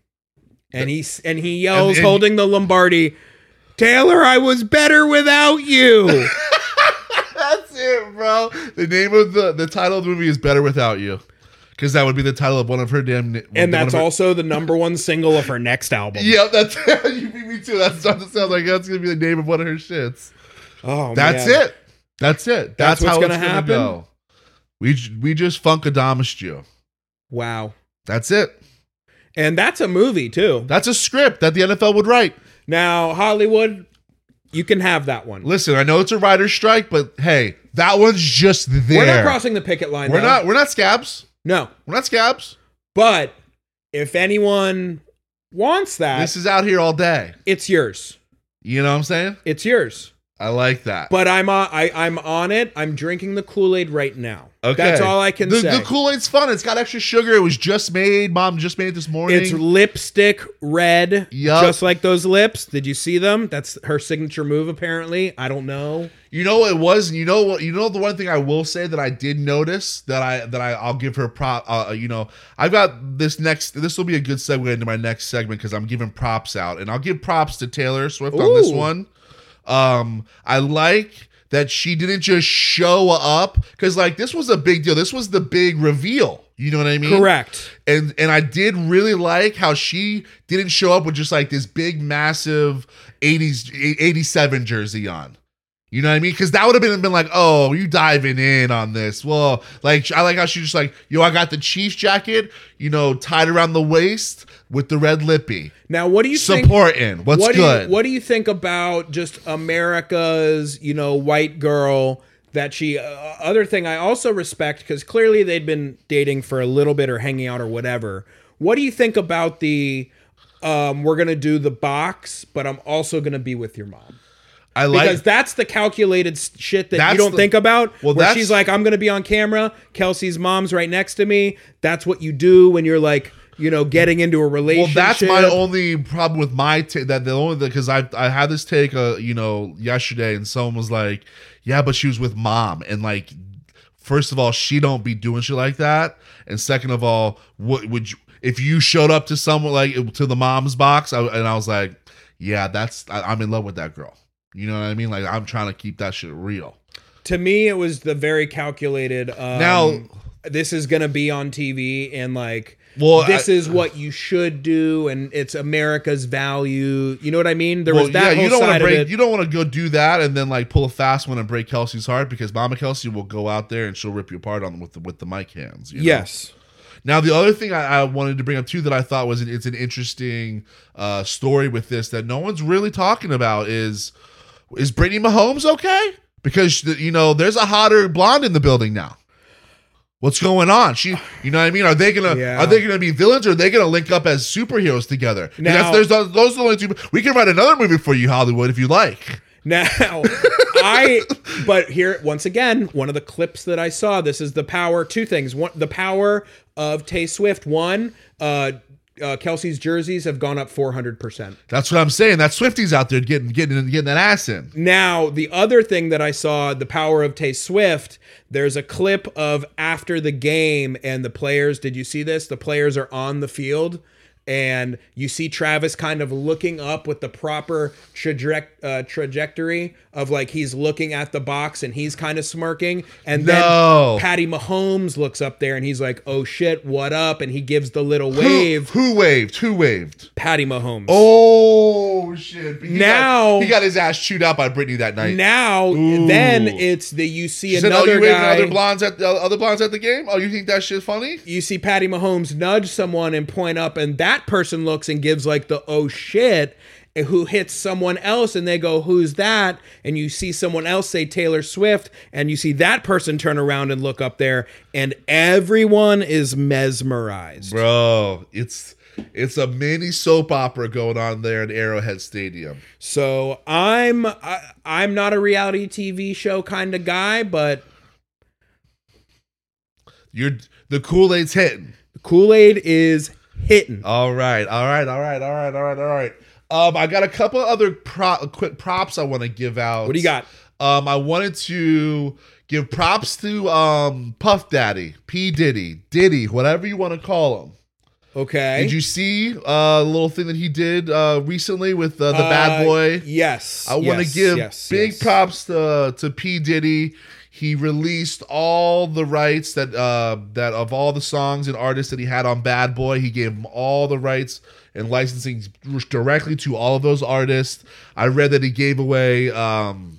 and he s- and he yells And- and- holding the lombardi taylor i was better without you That's it, bro. The name of the the title of the movie is Better Without You, because that would be the title of one of her damn. na- one and that's of her- also the number one single of her next album. Yep, that's you beat me too. That's not sounds like that's gonna be the name of one of her shits. Oh, That's man. it. That's it. That's, That's what's how gonna it's gonna happen? go. We j- we just funkadamished you. Wow. That's it. And that's a movie too. That's a script that the NFL would write. Now Hollywood, you can have that one. Listen, I know it's a writer's strike, but hey, that one's just there. We're not crossing the picket line. We're though. not. We're not scabs. No, We're not scabs. but if anyone wants that, This is out here all day. it's yours. You know what I'm saying? It's yours. I like that. But I'm on. I, I'm on it. I'm drinking the Kool Aid right now. okay, That's all I can the, say. The Kool Aid's fun. It's got extra sugar. It was just made. Mom just made it this morning. It's lipstick red, Yup. just like those lips. Did you see them? That's her signature move, apparently. I don't know. You know what it was. You know what. You know the one thing I will say that I did notice that I that I I'll give her prop. Uh, you know I've got this next. This will be a good segue into my next segment because I'm giving props out and I'll give props to Taylor Swift on this Ooh. one. Um, I like that she didn't just show up because like this was a big deal. This was the big reveal. You know what I mean? Correct. and and I did really like how she didn't show up with just like this big massive 80s 87 jersey on. You know what I mean? Because that would have been been like, oh, you diving in on this. Well, like I like how she just like, yo, I got the Chiefs jacket, you know, tied around the waist with the red lippy, Now, what do you think? supporting. What's what Do good? you, what do you think about just America's, you know, white girl that she? Uh, other thing I also respect because clearly they'd been dating for a little bit or hanging out or whatever. What do you think about the? Um, we're gonna do the box, but I'm also gonna be with your mom I because like. that's the calculated s- shit that That's you don't the- think about. Well, where that's- she's like, I'm gonna be on camera. Kelsey's mom's right next to me. That's what you do when you're like, you know, getting into a Well, relationship. that's my only problem with my ta- that the only because I I had this take uh you know yesterday and someone was like, yeah, but she was with mom and like, first of all, she don't be doing shit like that, and second of all, what would you if you showed up to someone like to the mom's box I, and I was like, yeah, that's I, I'm in love with that girl. You know what I mean? Like I'm trying to keep that shit real. to me it was the very calculated um, Now this is gonna be on TV and like Well, this I- is what you should do and it's America's value. You know what I mean? There was that whole you don't wanna side break, of it. You don't want to go do that and then like pull a fast one and break Kelsey's heart because Mama Kelsey will go out there and she'll rip you apart on with the with the mic hands. you know? yes. Now the other thing I, I wanted to bring up too that I thought was an, it's an interesting uh, story with this that no one's really talking about is is Brittany Mahomes okay? Because the, you know there's a hotter blonde in the building now. What's going on? She, you know what I mean? Are they gonna Yeah. are they gonna be villains or are they gonna link up as superheroes together? 'Cause Now- that's, there's those are the only two. We can write another movie for you, Hollywood, if you like. Now, I but here once again, one of the clips that I saw. This is the power. Two things: one, the power of Tay Swift. One, uh, uh, Kelsey's jerseys have gone up four hundred percent. That's what I'm saying. That Swifty's out there getting getting getting that ass in. Now, the other thing that I saw, the power of Tay Swift. There's a clip of after the game, and the players. Did you see this? The players are on the field. And you see Travis kind of looking up with the proper traject, uh, trajectory of like he's looking at the box and he's kind of smirking. And No. then Patty Mahomes looks up there and he's like, oh shit, what up? And he gives the little wave. Who, who waved? Who waved? Patty Mahomes. Oh shit! But he Now- got, he got his ass chewed out by Britney that night. Now, Ooh. then it's the you see She said, "Oh, another you waved guy. at other blondes at the uh, other blondes at the game. Oh, you think that shit's funny? you see Patty Mahomes nudge someone and point up, and that person looks and gives like the oh shit, and who hits someone else, and they go, Who's that? And you see someone else say Taylor Swift, and you see that person turn around and look up there, and everyone is mesmerized. Bro, it's it's a mini soap opera going on there in Arrowhead Stadium. So I'm I, I'm not a reality TV show kind of guy, but You're the Kool Aid's hitting. Kool Aid is hitting. All right, all right, all right, all right, all right, all right. Um, I got a couple other pro- quick props I want to give out. What do you got? Um, I wanted to give props to um Puff Daddy, P Diddy, Diddy, whatever you want to call him. Okay. Did you see uh, the little thing that he did uh, recently with uh, the bad Uh, boy? Yes. I want to yes, give yes, big yes. props to to P Diddy. He released all the rights that uh, that of all the songs and artists that he had on Bad Boy. He gave him all the rights and licensing directly to all of those artists. I read that he gave away. Um,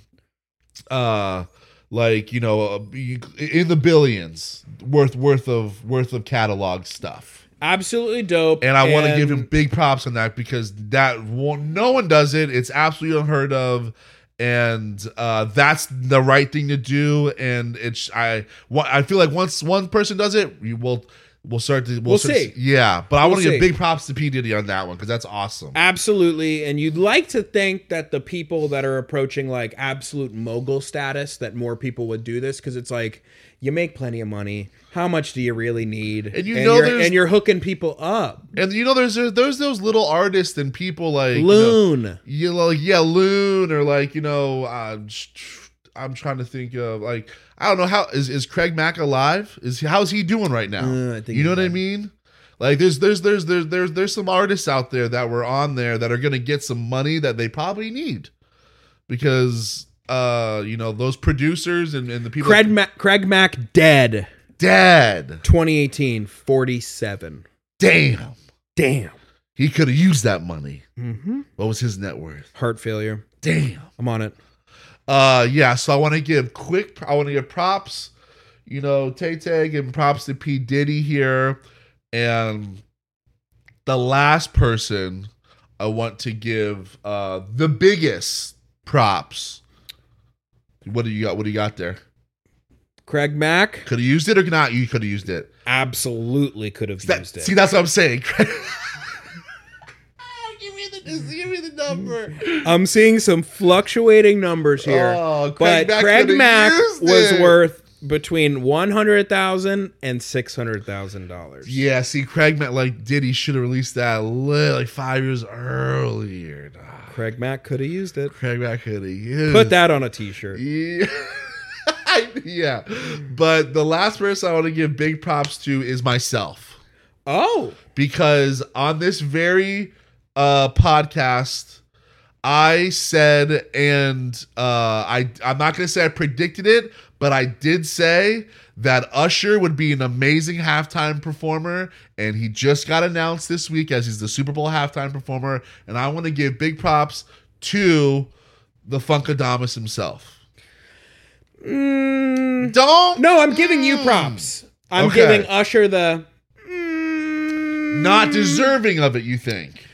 uh like you know uh, you- in the billions worth worth of worth of catalog stuff Absolutely dope. and I want to give him and- big props on that because that one, no one does it. It's absolutely unheard of, and uh, that's the right thing to do. And it's I wa- I feel like once one person does it, we will we'll start to we'll, We'll start to- see. yeah, but I We'll want to give see. big props to P Diddy on that one because that's awesome. Absolutely. And you'd like to think that the people that are approaching like absolute mogul status, that more people would do this because it's like you make plenty of money. How much do you really need? And you know you're, there's- and you're hooking people up. And you know, there's there's those little artists and people like you know- Loon. you know, like yeah, loon or like you know, uh, I'm trying to think of like I don't know how is is Craig Mack alive? Is he- how's he doing right now? Uh, I think you know he's what I mean. Like there's there's there's there's there's there's some artists out there that were on there that are gonna get some money that they probably need because uh you know those producers and, and the people Craig, Mac, Craig Mack dead dead 2018, 47. damn Damn. he could have used that money hmm what was his net worth Heart failure. damn I'm on it. Uh, yeah. So I want to give quick. I want to give props. You know, Tay Tay giving props to P Diddy here, and the last person I want to give uh the biggest props. What do you got? What do you got there? Craig Mack Could have used it or not? You could have used it. absolutely could have That- used it. see, that's what I'm saying. give me the just give me the number. I'm seeing some fluctuating numbers here. Oh, Craig but Mack Craig could've Mack used was it. worth between one hundred thousand and six hundred thousand dollars. Yeah, see, Craig meant like Diddy should have released that li- like five years earlier. Nah, Craig Mack could have used it. Craig Mack could have used Put that on a T-shirt. Hmm. Yeah. yeah, but the last person I want to give big props to is myself Oh, because on this very uh podcast, I said, and uh, I I'm not gonna say I predicted it, but I did say that Usher would be an amazing halftime performer, and he just got announced this week as he's the Super Bowl halftime performer. And I want to give big props to the Funkadamus himself. Mm, Don't no, I'm giving you props. I'm Hmm. Okay. giving Usher the. Mm, not deserving of it. You think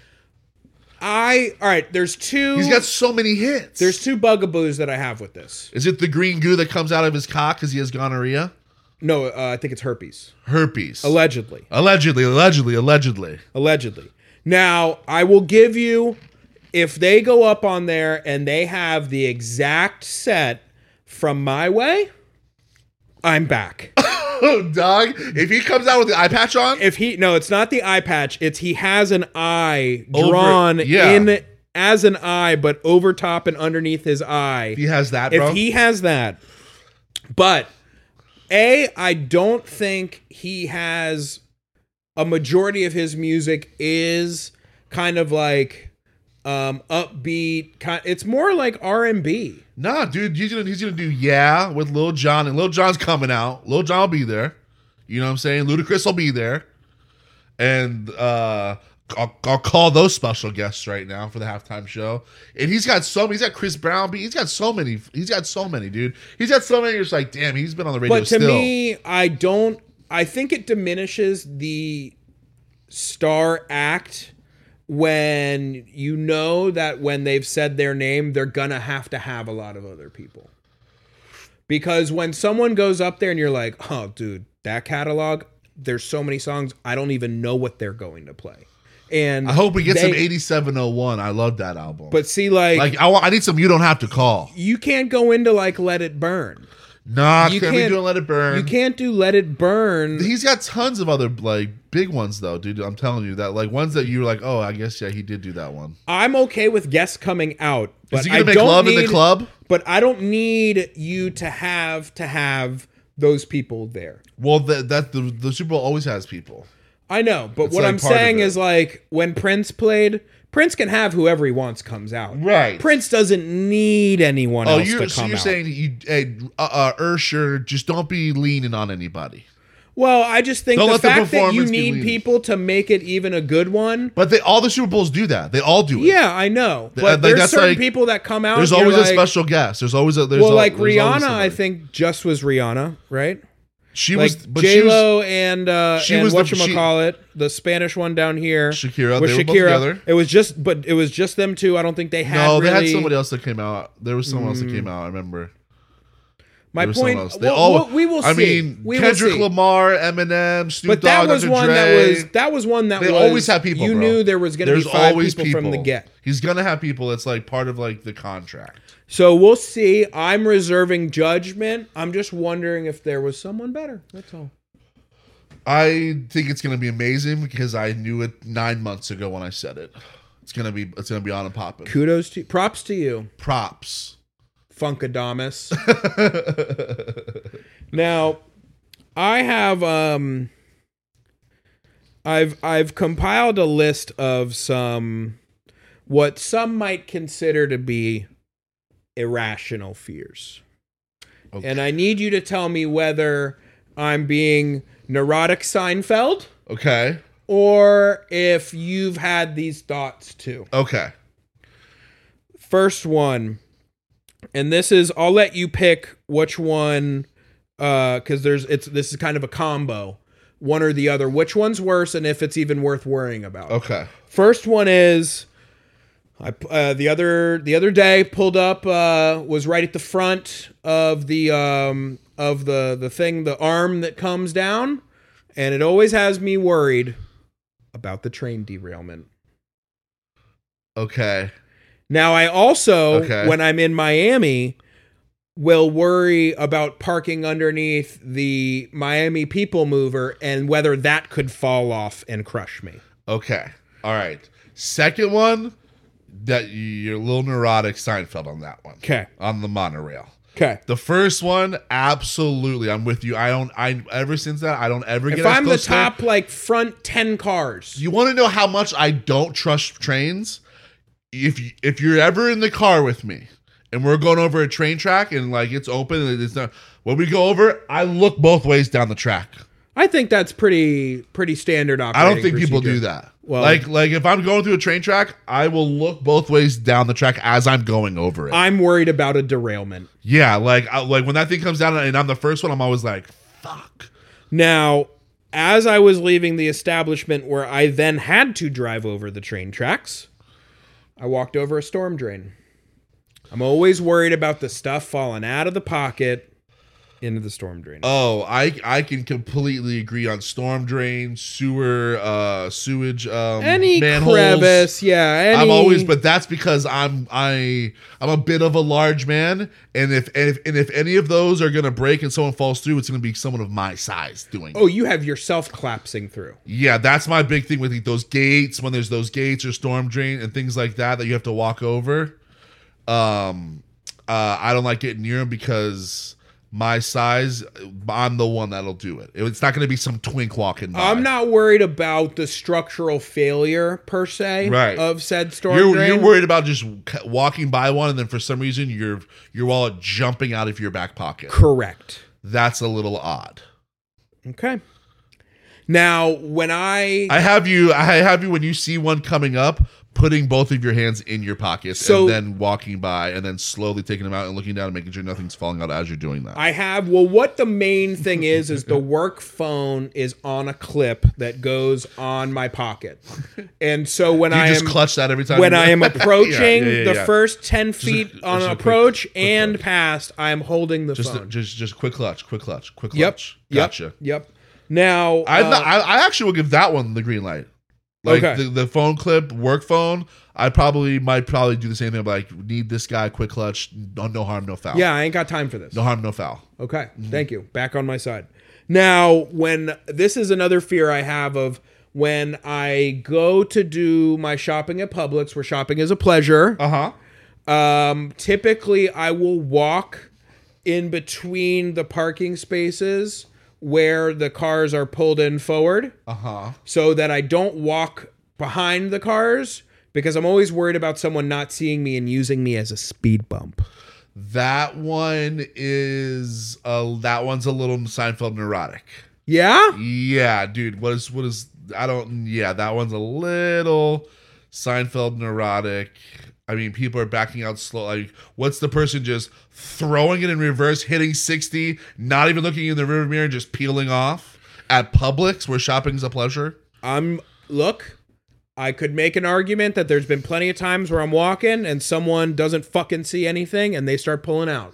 I all right. There's two. he's got so many hits? there's two bugaboos that I have with this. Is it the green goo that comes out of his cock because he has gonorrhea? No, uh, I think it's herpes. Herpes. Allegedly. allegedly, allegedly, allegedly. allegedly. Now, I will give you if they go up on there and they have the exact set from my way, I'm back. Oh, dog. If he comes out with the eye patch on, if he no, it's not the eye patch, it's he has an eye Over- drawn yeah. in as an eye but over top and underneath his eye. he has that, if bro. he has that. But A, I don't think he has a majority of his music is kind of like um upbeat kind it's more like R&B. nah, dude, he's gonna he's gonna do yeah with Lil John, and Lil John's coming out. Lil John will be there. You know what I'm saying? Ludacris will be there, and uh, I'll, I'll call those special guests right now for the halftime show. And he's got so he's got Chris Brown. He's got so many. He's got so many, dude. He's got so many. You're just like, damn, he's been on the radio But to still. me, I don't I think it diminishes the star act when you know that when they've said their name, they're gonna have to have a lot of other people. Because when someone goes up there and you're like, oh, dude, that catalog, there's so many songs, I don't even know what they're going to play. And I hope we get some they- 8701. I love that album. But see, like, like, I, want, I need some. You don't have to call. you can't go into like Let It Burn. Nah, You can we can't- do Let It Burn? You can't do Let It Burn. He's got tons of other like big ones though, dude. I'm telling you that like ones that you were like, oh, I guess yeah, he did do that one. I'm okay with guests coming out, but Is he I gonna make don't love need, in the club? But I don't need you to have to have those people there. Well, that that the, the Super Bowl always has people. I know, but what like I'm part of saying it. is like when Prince played, Prince can have whoever he wants comes out. Right. Prince doesn't need anyone Oh, else to you're come so you're out. saying you, hey, uh, uh, Ursher, just don't be leaning on anybody. well, I just think Don't the let the fact that you performance be need leaders. people to make it even a good one. But they all the Super Bowls do that. They all do it. Yeah, I know, but uh, like, there's that's certain like- people that come out. There's you're always a like- special guest. There's always a there's Well, al- like there's always Rihanna, I somebody. think just was Rihanna, right? she was like but she J was Lo and uh, she and was the- what you call it, the Spanish one down here, Shakira, with they were both Shakira. together. It was just, but it was just them two. I don't think they had. No, really, Mm. they had somebody else that came out. There was someone else that came out. I remember. My There was someone point. else. well, all- well, we will. I see. mean, we Kendrick will see. Lamar, Eminem, Snoop But that Dogg, was Dr. one Dre. that was that was one that They was, always have people. You bro. knew there was going to be There's five always people, from the get. He's gonna have people. It's like part of like the contract. So we'll see. I'm reserving judgment. I'm just wondering if there was someone better. That's all. I think it's gonna be amazing because I knew it nine months ago when I said it. It's gonna be it's gonna be on and popping. Kudos to props to you, Props. Funkadamus. Now, I have um I've I've compiled a list of some what some might consider to be irrational fears. Okay. And I need you to tell me whether I'm being neurotic Seinfeld okay. or if you've had these thoughts too. Okay. First one, and this is I'll let you pick which one, uh, because there's it's this is kind of a combo, one or the other. Which one's worse, and if it's even worth worrying about. Okay. First one is, I uh, the other the other day pulled up uh, was right at the front of the um of the the thing the arm that comes down, and it always has me worried about the train derailment. Okay. Now I also Okay. when I'm in Miami will worry about parking underneath the Miami people mover and whether that could fall off and crush me. Okay. All right. Second one, that you're a little neurotic Seinfeld on that one. Okay. On the monorail. Okay. The first one, absolutely. I'm with you. I don't. I ever since that, I don't ever get. If as I'm the close to that. top like front 10 cars. you want to know how much I don't trust trains? if you, if you're ever in the car with me and we're going over a train track and like it's open and it's not when we go over, I look both ways down the track. I think that's pretty pretty standard I operating. don't think people procedure. do that. Well- like like if I'm going through a train track, I will look both ways down the track as I'm going over it. I'm worried about a derailment. yeah, like I, like when that thing comes down and I'm the first one, I'm always like, fuck. Now, as I was leaving the establishment where I then had to drive over the train tracks, I walked over a storm drain. I'm always worried about the stuff falling out of the pocket into the storm drain. Oh, I I can completely agree on storm drain, sewer, uh, sewage, um, any manholes. crevice, yeah. Any, I'm always, but that's because I'm I I'm a bit of a large man, and if and if, and if any of those are gonna break and someone falls through, it's gonna be someone of my size doing. it. oh, you have yourself collapsing through. Yeah, that's my big thing with like, those gates. When there's those gates or storm drain and things like that that you have to walk over. Um, uh, I don't like getting near them because my size, I'm the one that'll do it. It's not going to be some twink walking by. I'm not worried about the structural failure per se Right. of said storm You're, drain. you're worried about just ca- walking by one, and then for some reason your your wallet jumping out of your back pocket. Correct. That's a little odd. Okay. Now, when I I have you. I have you when you see one coming up, putting both of your hands in your pockets So- and then walking by, and then slowly taking them out and looking down and making sure nothing's falling out as you're doing that. I have well what the main thing is is the work phone is on a clip that goes on my pocket. And so when you I just am clutch that every time. when you- I am Yeah, yeah, approaching yeah, the yeah. first 10 feet on just a quick- approach and past, I am holding the Just, phone. just, just quick clutch, quick clutch, quick yep. clutch. Gotcha. Yep. Yep. Now, I, uh, I, I actually will give that one the green light. Like Okay. the, the phone clip, work phone. I probably might probably do the same thing. Like need this guy, quick clutch. No, no harm, no foul. yeah, I ain't got time for this. no Mm-hmm. harm, no foul. Okay, thank you. Back on my side. Now, when this is another fear I have of when I go to do my shopping at Publix, where shopping is a pleasure, Uh huh. um, typically I will walk in between the parking spaces where the cars are pulled in forward Uh huh. so that I don't walk behind the cars because I'm always worried about someone not seeing me and using me as a speed bump. That one is uh that one's a little Seinfeld neurotic. Yeah? Yeah, dude. What is what is I don't yeah, that one's a little Seinfeld neurotic. I mean, people are backing out slow. Like, what's the person just throwing it in reverse, hitting 60, not even looking in the rear mirror, and just peeling off at Publix where shopping's a pleasure? I'm look. I could make an argument that there's been plenty of times where I'm walking and someone doesn't fucking see anything and they start pulling out.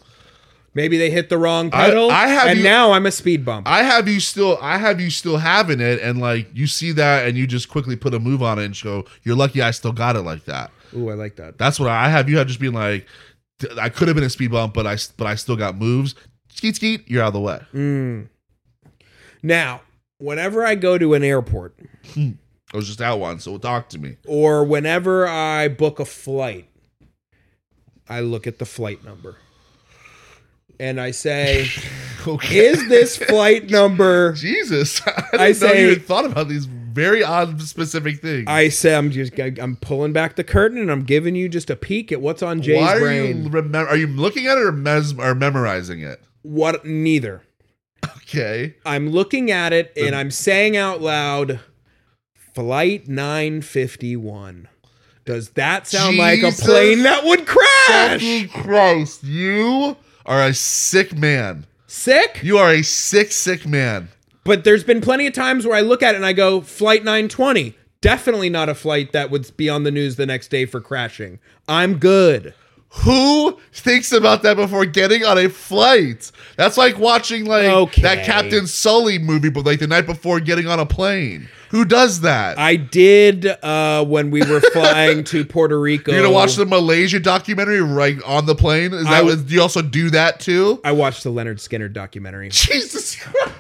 Maybe they hit the wrong I- pedal, I have and you- now I'm a speed bump. I have you still I have you still having it and like you see that and you just quickly put a move on it and go, You're lucky I still got it like that. Ooh, I like that. That's what I have. You have just been like, "D- I could have been a speed bump, but I but I still got moves. Skeet skeet, you're out of the way. Mm. Now, whenever I go to an airport I was just out one, so talk to me. or whenever I book a flight, I look at the flight number and I say, Okay. "Is this flight number?" Jesus, I, didn't I know say- you had thought about these very odd specific things. I say I'm just I'm pulling back the curtain and I'm giving you just a peek at what's on Jay's Why are brain. you remem- are you looking at it or, mes- or memorizing it? what neither. Okay, I'm looking at it and I'm saying out loud, "Flight 951." Does that sound like a Jesus plane that would crash? fucking Christ, you are a sick man. Sick. You are a sick, sick man. But there's been plenty of times where I look at it and I go, "Flight 920." Definitely not a flight that would be on the news the next day for crashing. I'm good. Who thinks about that before getting on a flight? That's like watching like Okay. that Captain Sully movie, but like the night before getting on a plane. Who does that? I did uh, when we were flying to Puerto Rico. You're gonna watch the Malaysia documentary right on the plane? Is I that w- what do you also do that too? I watched the Leonard Skinner documentary Jesus Christ!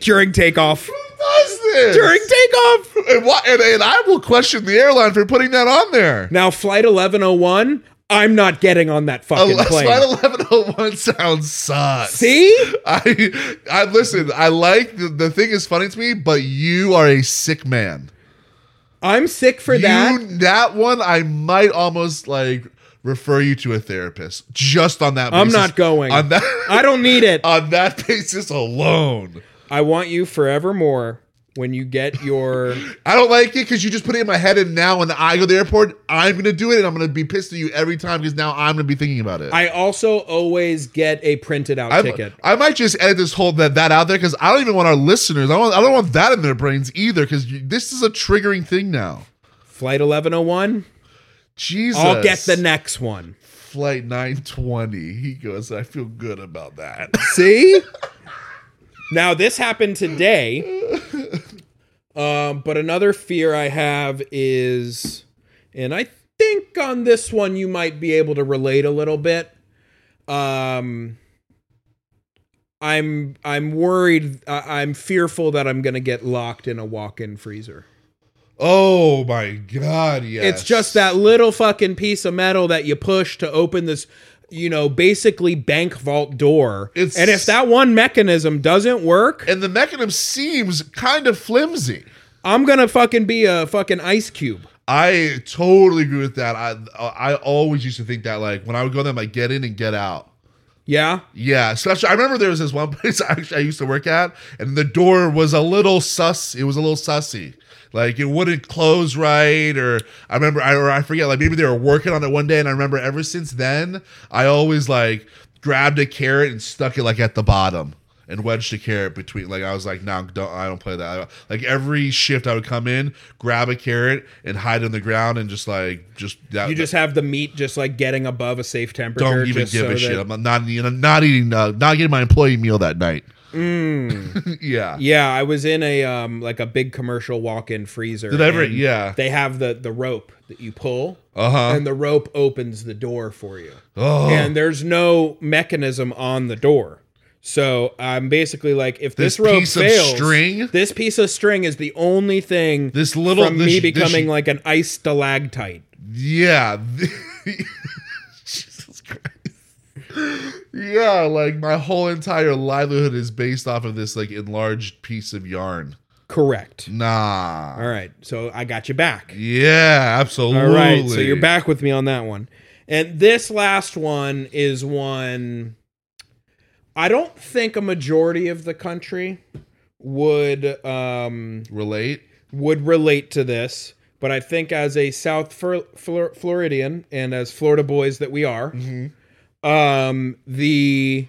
during takeoff. Who does this? During takeoff. and, why, and, and I will question the airline for putting that on there. Now, flight 1101. I'm not getting on that fucking Unless plane. Flight 1101 sounds sus. See? I, I listen. I like the, the thing is funny to me, but you are a sick man. I'm sick for You- that. that one, I might almost like refer you to a therapist just on that. I'm basis. not going. on that. I don't need it. on that basis alone. I want you forevermore when you get your I don't like it because you just put it in my head, and now when I go to the airport, I'm gonna do it, and I'm gonna be pissed at you every time because now I'm gonna be thinking about it. I also always get a printed out I, ticket. I might just edit this whole that that out there because I don't even want our listeners. I don't, I don't want that in their brains either because this is a triggering thing now. Flight 1101, Jesus, I'll get the next one. flight 920. He goes, I feel good about that. See? now this happened today. Um, but another fear I have is, and I think on this one you might be able to relate a little bit. Um, I'm I'm worried. I, I'm fearful that I'm gonna get locked in a walk-in freezer. oh my god, yes. It's just that little fucking piece of metal that you push to open this, you know, basically bank vault door. It's- and if that one mechanism doesn't work, and the mechanism seems kind of flimsy. I'm gonna fucking be a fucking ice cube. I totally agree with that. I I always used to think that like when I would go there, I'm like get in and get out. Yeah. Yeah, especially I remember there was this one place I actually I used to work at, and the door was a little sus. It was a little sussy. Like it wouldn't close right, or I remember, I, or I forget. Like maybe they were working on it one day, and I remember ever since then, I always like grabbed a carrot and stuck it like at the bottom and wedged a carrot between. Like I was like, no, don't, I don't play that. I don't- Like every shift, I would come in, grab a carrot and hide it on the ground, and just like just that. You just have the meat just like getting above a safe temperature. don't even just give so a shit. that- I'm not, you know, not eating, uh, not getting my employee meal that night. Mm. yeah. Yeah, I was in a um like a big commercial walk-in freezer. Did I ever? and Yeah. They have the the rope that you pull, Uh huh. and the rope opens the door for you. Oh, and there's no mechanism on the door. So I'm basically like, if this, This rope piece of fails, string? this piece of string is the only thing This little- from this- me this- becoming like an ice stalactite. yeah. Jesus Christ. Yeah, like my whole entire livelihood is based off of this like enlarged piece of yarn. Correct. Nah. All right, so I got you back. Yeah, absolutely. All right, so you're back with me on that one. And this last one is one I don't think a majority of the country would um, Relate. would relate to this, but I think as a South Flor- Flor- Floridian and as Florida boys that we are, Mm-hmm. um, the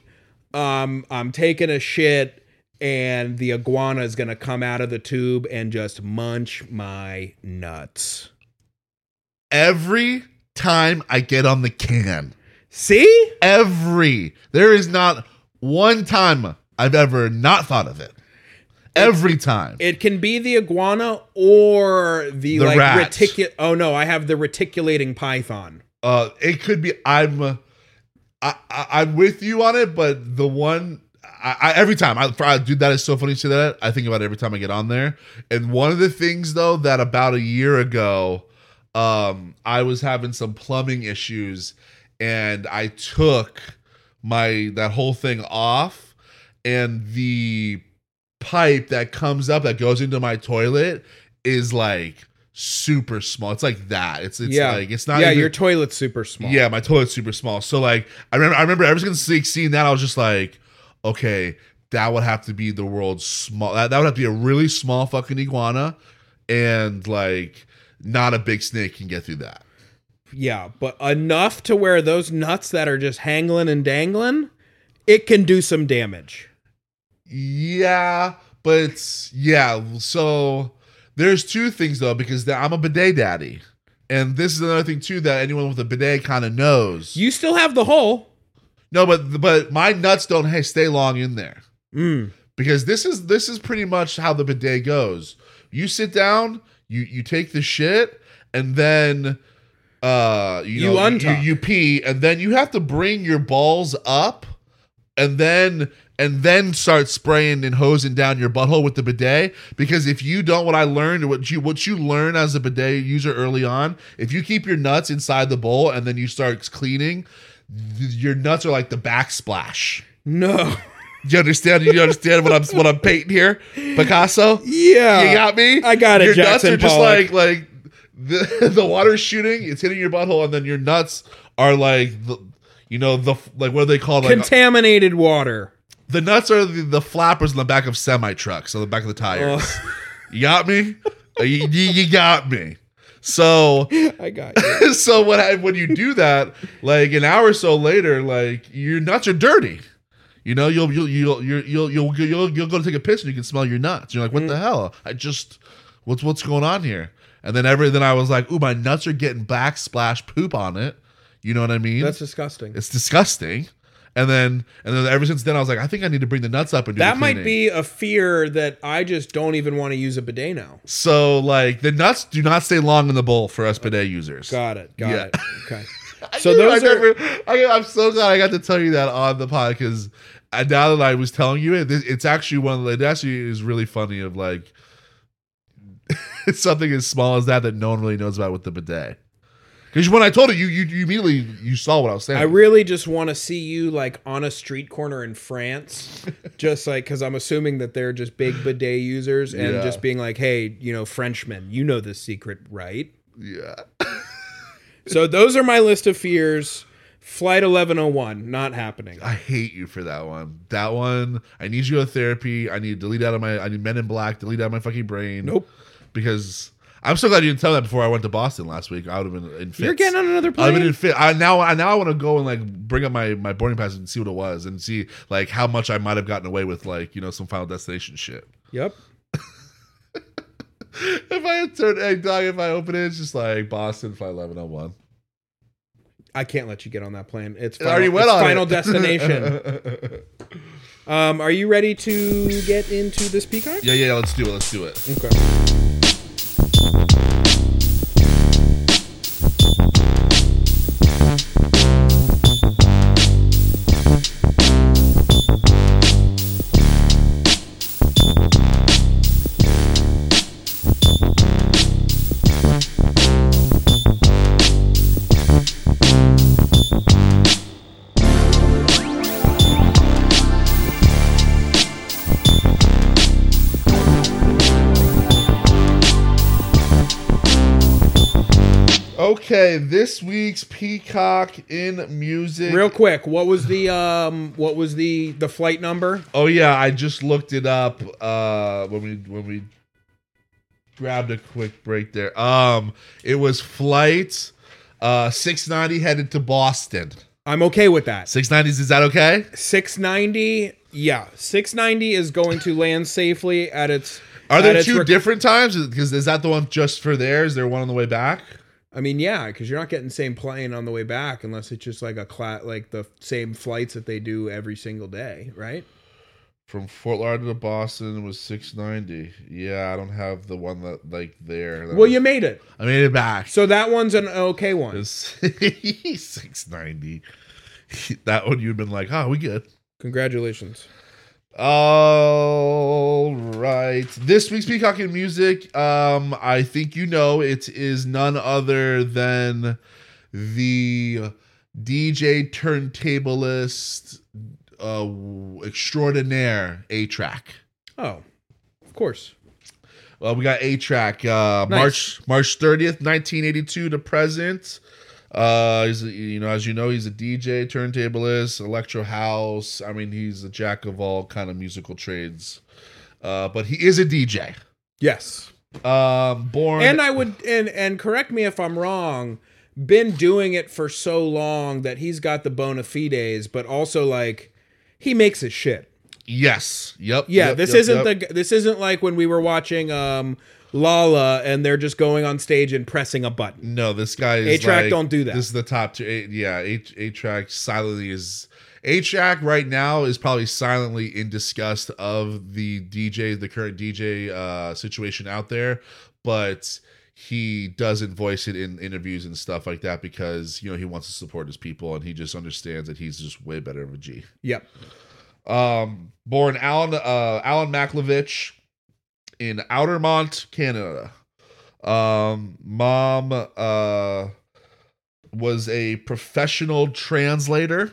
um, I'm taking a shit and the iguana is gonna come out of the tube and just munch my nuts. Every time I get on the can. See? every there is not one time i've ever not thought of it every time It can be the iguana or the, The like rat. reticu- Oh no, I have the reticulating python. uh it could be i'm uh, I, I i'm with you on it but the one I, I every time I, for- I dude that is so funny you say that i think about it every time i get on there and one of the things though that about a year ago um i was having some plumbing issues and i took my that whole thing off and the pipe that comes up that goes into my toilet is like super small it's like that it's it's yeah, like it's not Yeah, even- your toilet's super small. yeah, my toilet's super small. So like I remember I remember ever since like, seeing that I was just like, okay, that would have to be the world's small that, that would have to be a really small fucking iguana and like not a big snake can get through that. Yeah, but enough to where those nuts that are just hangling and dangling, it can do some damage. Yeah, but it's- yeah, so there's two things though because the, I'm a bidet daddy. And this is another thing too that anyone with a bidet kind of knows. You still have the hole. no, but but my nuts don't hey, stay long in there. Mm. because this is this is pretty much how the bidet goes. You sit down, you you take the shit, and then uh you You know, untuck. you, you pee, and then you have to bring your balls up, and then and then start spraying and hosing down your butthole with the bidet because if you don't, what I learned, what you what you learn as a bidet user early on, if you keep your nuts inside the bowl and then you start cleaning, th- your nuts are like the backsplash. No. You understand? You understand what I'm what I'm painting here, Picasso? Yeah. You got me. I got it, Your Jackson nuts are just like Pollock. like the the water's shooting. It's hitting your butthole, and then your nuts are like the, you know the like what are they called? Like Contaminated water. the nuts are the, the flappers on the back of semi trucks on the back of the tires. Oh. You got me. you, you- you got me. So I got you. so when I, when you do that, like an hour or so later, like your nuts are dirty. You know, you'll you'll you'll you'll you'll you'll, you'll, you'll go to take a piss and you can smell your nuts. You're like, what the Mm. hell? I just what's what's going on here? And then every then I was like, ooh, my nuts are getting backsplash poop on it. You know what I mean? That's disgusting. it's disgusting. And then and then ever since then, I was like, I think I need to bring the nuts up and do That the might cleaning. be a fear that I just don't even want to use a bidet now. So like the nuts do not stay long in the bowl for us bidet users. Got it. Got Yeah. it. Okay. I So knew those I are- never- I, am so glad I got to tell you that on the pod because now that I was telling you it, it- it's actually one of the, it actually is really funny of like it's something as small as that that no one really knows about with the bidet. Because when I told you, you, you, you immediately you saw what I was saying. I really just want to see you like on a street corner in France, just like because I'm assuming that they're just big bidet users and Yeah. just being like, hey, you know, Frenchmen, you know this secret, right? yeah. So those are my list of fears. Flight 1101, not happening. I hate you for that one. That one, I need you to go to therapy. I need to delete out of my, I need Men in Black, delete out of my fucking brain. Nope. Because I'm so glad you didn't tell that before I went to Boston last week. I would have been in fits. You're getting on another I mean, plane. it fit. I now, I now I want to go and like bring up my my boarding pass and see what it was and see like how much I might have gotten away with like you know some Final Destination shit. Yep. If I had turned egg dog, if I open it, it's just like Boston flight eleven oh one. I can't let you get on that plane. It's It final, already went it's on final it. destination. Um, are you ready to get into this peacock? yeah, yeah. Let's do it. Let's do it. Okay. Okay, this week's Peacock in music. Real quick, what was the um what was the the flight number? Oh yeah, I just looked it up uh when we when we grabbed a quick break there. Um it was flight uh 690 headed to Boston. I'm okay with that. 690s is that okay? 690. Yeah, 690 is going to land safely at its Are at there its two rec- different times because is that the one just for there? Is there one on the way back? I mean, yeah, cuz you're not getting the same plane on the way back unless it's just like a cla- like the same flights that they do every single day, right? From Fort Lauderdale to Boston was 690. Yeah, I don't have the one that like there. That Well, was- you made it. I made it back. So that one's an okay one. It was 690. That one you'd been like, "Oh, we good." Congratulations. All right. This week's Peacock in Music, um, I think you know it is none other than the DJ turntablist uh, extraordinaire A Track. Oh. Of course. Well, we got A Track, uh, Nice. March March thirtieth, nineteen eighty two to present. Uh, he's a, you know, as you know, he's a DJ, turntablist, electro house. I mean, he's a jack of all kind of musical trades. Uh, but he is a DJ. Yes. Um, born and I would and and correct me if I'm wrong. Been doing it for so long that he's got the bona fides, but also like he makes his shit. yes, yep. Yeah, yep, this yep, isn't yep. the this isn't like when we were watching um Lala and they're just going on stage and pressing a button. no. This guy is A-Track like- don't do that. This is the top two. A, yeah, A A Track silently is. A Track right now is probably silently in disgust of the DJ, the current DJ uh, situation out there, but he doesn't voice it in interviews and stuff like that because you know he wants to support his people and he just understands that he's just way better of a G. Yep. Um, born Alan uh, Alan Maklovich in Outermont, Canada. Um, mom uh, was a professional translator.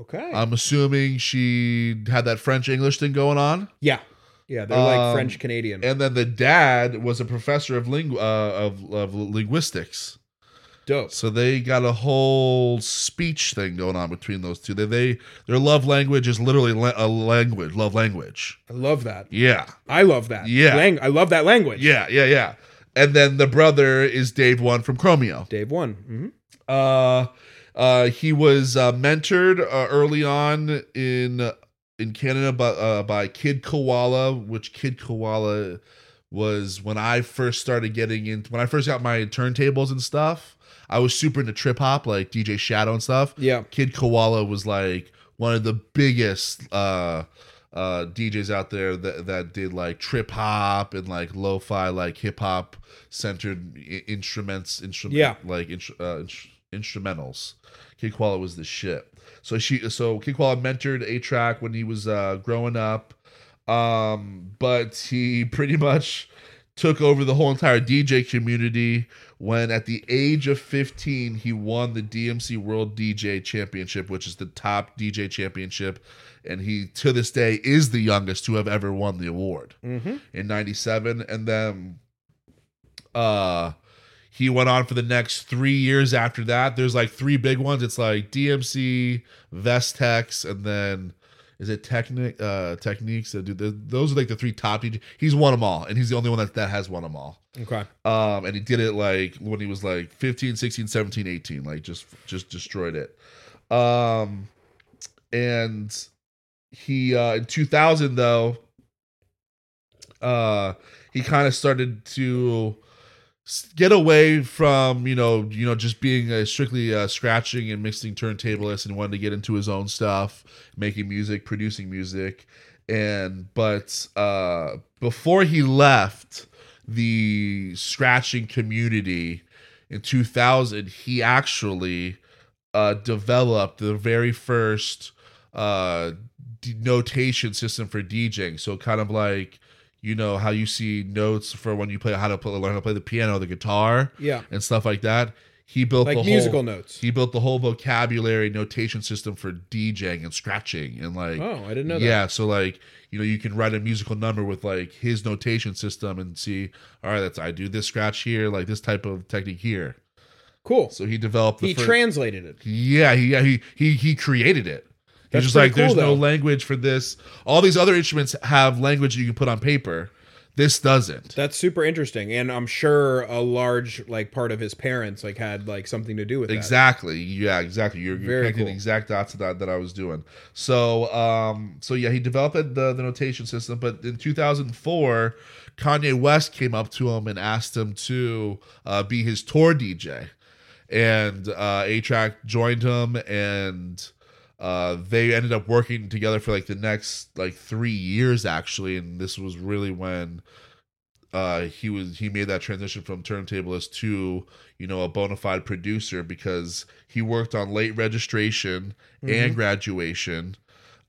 Okay. I'm assuming she had that French English thing going on. yeah. Yeah, they're like um, French Canadian. And then the dad was a professor of lingu- uh, of, of linguistics. Dope. So they got a whole speech thing going on between those two. They, they their love language is literally la- a language, love language. I love that. Yeah. I love that. Yeah. Lang- I love that language. Yeah, yeah, yeah. And then the brother is Dave One from Chromeo. Dave won. hmm Uh, uh, he was uh, mentored uh, early on in in Canada by, uh, by Kid Koala, which Kid Koala was when I first started getting into when I first got my turntables and stuff. I was super into trip hop, like DJ Shadow and stuff. Yeah. Kid Koala was like one of the biggest uh uh DJs out there that that did like trip hop and like lo-fi like hip hop centered I- instruments instrument Yeah. like instru- uh, instru- instrumentals. Kid Koala was the shit. So she so Kid Koala mentored A Track when he was uh growing up um but he pretty much took over the whole entire DJ community when at the age of 15 he won the DMC World DJ Championship which is the top DJ championship and he to this day is the youngest to have ever won the award hmm in 97 and then uh he went on for the next three years after that there's like three big ones it's like dmc vestex and then is it technic uh techniques that do the, those are like the three top DJ. he's won them all and he's the only one that, that has won them all Okay. um and he did it like when he was like 15 16 17 18 like just just destroyed it um and he uh in 2000 though uh he kind of started to s- get away from you know you know just being a strictly uh, scratching and mixing turntablist and wanted to get into his own stuff making music producing music and but uh before he left the scratching community in 2000 he actually uh developed the very first uh d- notation system for djing so kind of like you know how you see notes for when you play how to play, learn how to play the piano the guitar Yeah. and stuff like that he built the Like whole- musical notes. he built the whole vocabulary notation system for djing and scratching and like oh, I didn't know that. yeah, so like you know, you can write a musical number with like his notation system and see, all right, that's I do this scratch here, like this type of technique here. Cool. So he developed the he fir- translated it. yeah, he, yeah, he he he created it. That's He's just pretty like, there's cool, no though. language for this. All these other instruments have language you can put on paper. This doesn't. That's super interesting, and I'm sure a large like part of his parents like had like something to do with that. Exactly. Yeah, exactly. You're, you're Very connecting the cool. exact dots that, that I was doing. So, um, so yeah, he developed the, the notation system, but in 2004, Kanye West came up to him and asked him to uh, be his tour DJ. And uh, A Track joined him, and uh, they ended up working together for like the next like three years, actually. And this was really when uh he was he made that transition from turntablist to you know a bona fide producer because he worked on late registration and graduation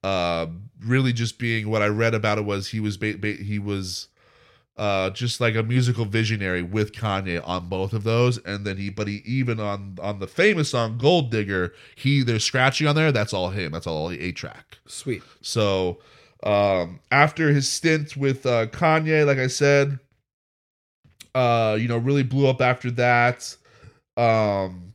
uh really just being what i read about it was he was ba- ba- he was uh just like a musical visionary with kanye on both of those and then he but he even on on the famous song gold digger he there's scratchy on there that's all him that's all a track Sweet. so um, after his stint with uh, Kanye, like I said, uh, you know, really blew up after that. Um,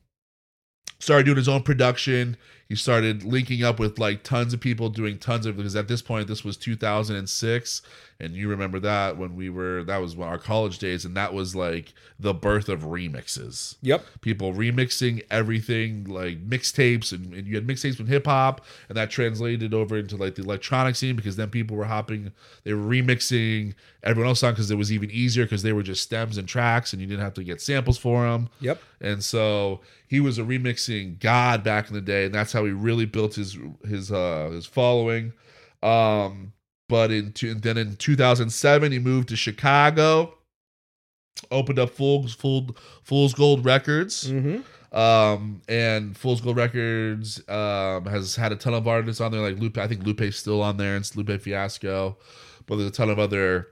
started doing his own production. He started linking up with like tons of people, doing tons of because at this point this was 2006, and you remember that when we were that was our college days, and that was like the birth of remixes Yep. people remixing everything like mixtapes and, and you had mixtapes from hip hop and that translated over into like the electronic scene because then people were hopping they were remixing everyone else's song because it was even easier because they were just stems and tracks and you didn't have to get samples for them Yep. and so he was a remixing god back in the day and that's how he really built his his uh his following um but in two, then in 2007 he moved to chicago opened up fool's fool fool's gold records Mm-hmm. um and fool's gold records um has had a ton of artists on there like lupe i think lupe's still on there and lupe fiasco but there's a ton of other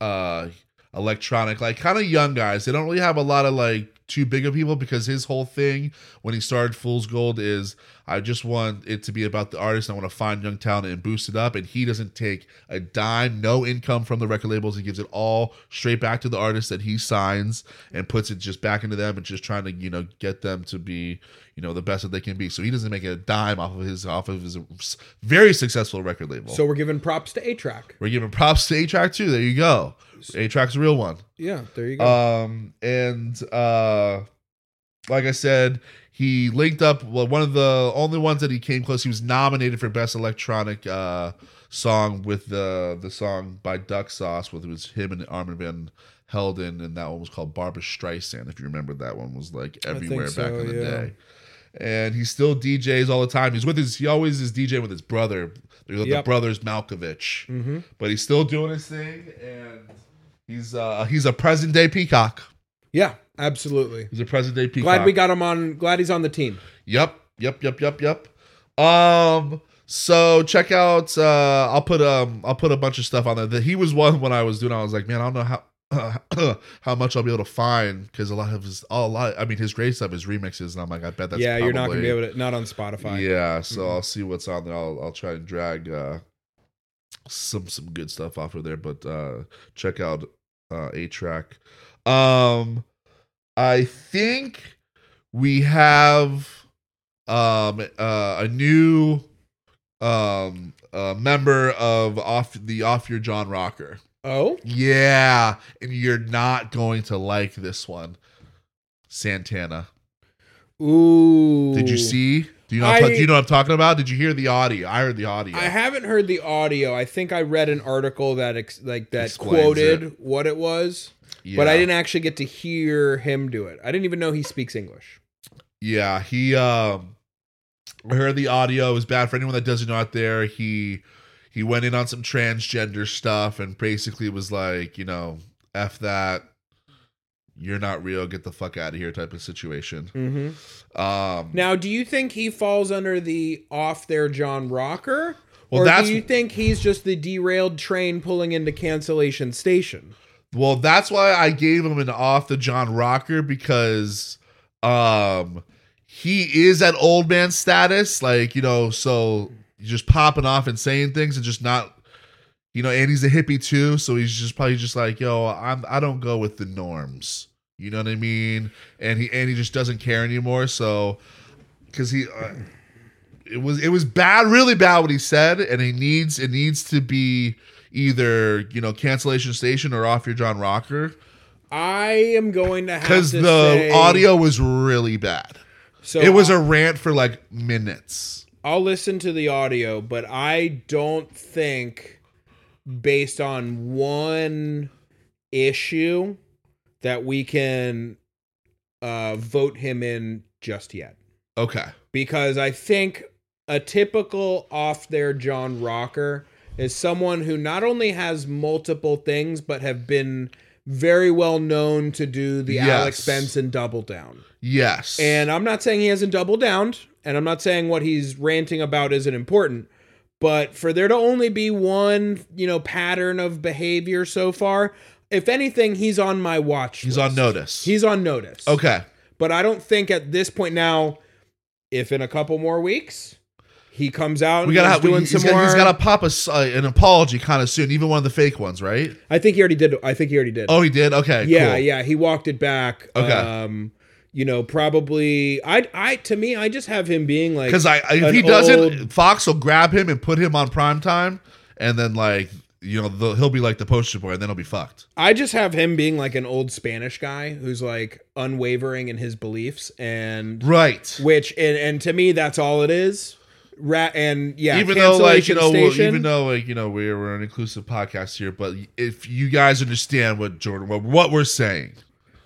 uh electronic like kind of young guys they don't really have a lot of like too big of people because his whole thing when he started Fool's Gold is I just want it to be about the artist. I want to find young talent and boost it up. And he doesn't take a dime, no income from the record labels. He gives it all straight back to the artist that he signs and puts it just back into them and just trying to you know get them to be you know the best that they can be. So he doesn't make a dime off of his off of his very successful record label. So we're giving props to A Track. We're giving props to A Track too. There you go. A Track's a real one. Yeah, there you go. Um, and uh, like I said, he linked up. Well, one of the only ones that he came close. He was nominated for best electronic uh, song with the the song by Duck Sauce, with it was him and Armin van Helden, and that one was called Barbara Streisand. If you remember, that one was like everywhere so, back in the yeah. day. And he still DJs all the time. He's with his. He always is DJing with his brother. They're the Yep. brothers Malkovich, hmm but he's still doing his thing, and he's uh he's a present day peacock. Yeah, absolutely. He's a present day peacock. Glad we got him on. Glad he's on the team. Yep, yep, yep, yep, yep. Um, so check out. Uh, I'll put um, I'll put a bunch of stuff on there. That he was one when I was doing. I was like, man, I don't know how. how much I'll be able to find because a lot of his, a lot. I mean, his great stuff is remixes, and I'm like, I bet that's yeah, you're not gonna be probably- able to. Not on Spotify. yeah, so Mhm. I'll see what's on there. I'll I'll try and drag uh some some good stuff off of there, but uh check out uh A track. Um I think we have um uh, a new um uh member of off the off your John Rocker. Oh, Yeah, and you're not going to like this one. Santana. ooh. Did you see? Do you know? I- do you know what I'm talking about? Did you hear the audio? I heard the audio. I haven't heard the audio. I think I read an article that ex- like that Explains quoted what it was, yeah. but I didn't actually get to hear him do it. I didn't even know he speaks English. Yeah, he. Um, I heard the audio. It was bad for anyone that doesn't know out there. He he went in on some transgender stuff and basically was like, you know, f that. You're not real. Get the fuck out of here, type of situation. Mm-hmm. Um, Now, do you think he falls under the off there John Rocker? Well, or that's- do you think he's just the derailed train pulling into cancellation station? Well, that's why I gave him an off the John Rocker because um he is at old man status, like, you know, so just popping off and saying things and just not you know, and he's a hippie too, so he's just probably just like, yo, I'm I don't go with the norms. You know what I mean? And he and he just doesn't care anymore, so cuz he uh, it was it was bad, really bad what he said, and he needs it needs to be either you know cancellation station or off your John Rocker I am going to have to because the say- audio was really bad. So it was a rant for like minutes. I'll listen to the audio, but I don't think, based on one issue, that we can uh, vote him in just yet. Okay, Because I think a typical off there John Rocker is someone who not only has multiple things, but have been very well known to do the Yes. Alex Benson double down. yes, And I'm not saying he hasn't doubled down, and I'm not saying what he's ranting about isn't important, but for there to only be one, you know, pattern of behavior so far, if anything, he's on my watch. he's list. on notice. He's on notice. okay, But I don't think at this point now, if in a couple more weeks he comes out, we gotta and have he's doing doing some more. he's gotta pop us uh, an apology kind of soon, even one of the fake ones, right? I think he already did. I think he already did. Oh, he did. Okay, yeah cool. yeah he walked it back Okay. um you know probably i i to me i just have him being like Because I, I- if an he doesn't, old- Fox will grab him and put him on primetime, and then like you know the, he'll be like the poster boy, and then he'll be fucked. i just have him being like an old spanish guy who's like unwavering in his beliefs and Right. which and, and to me that's all it is Ra- and yeah even though like you cancellation know we'll- station, even though like you know we're, we're an inclusive podcast here but if you guys understand what jordan what, what we're saying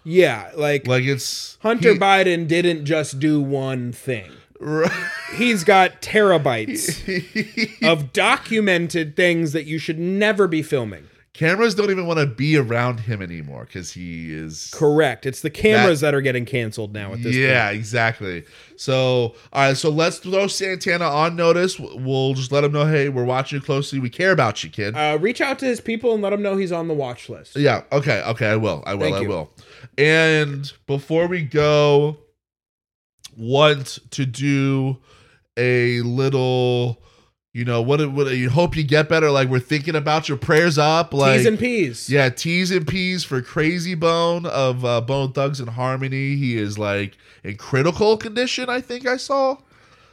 yeah like, like it's hunter he- biden didn't just do one thing he's got terabytes of documented things that you should never be filming Cameras don't even want to be around him anymore because he is. Correct. It's the cameras that, are getting canceled now at this yeah, exactly. So, all right, so let's throw Santana on notice. We'll just let him know, hey, we're watching you closely. We care about you, kid. point. Uh, reach out to his people and let them know he's on the watch list. yeah, okay, okay, I will. I will, Thank I you. will. And before we go, want to do a little, you know, what, what you hope you get better. Like, we're thinking about your prayers up. Like, T's and P's. Yeah, T's and P's for Crazy Bone of uh, Bone Thugs and Harmony. He is like in critical condition, I think I saw.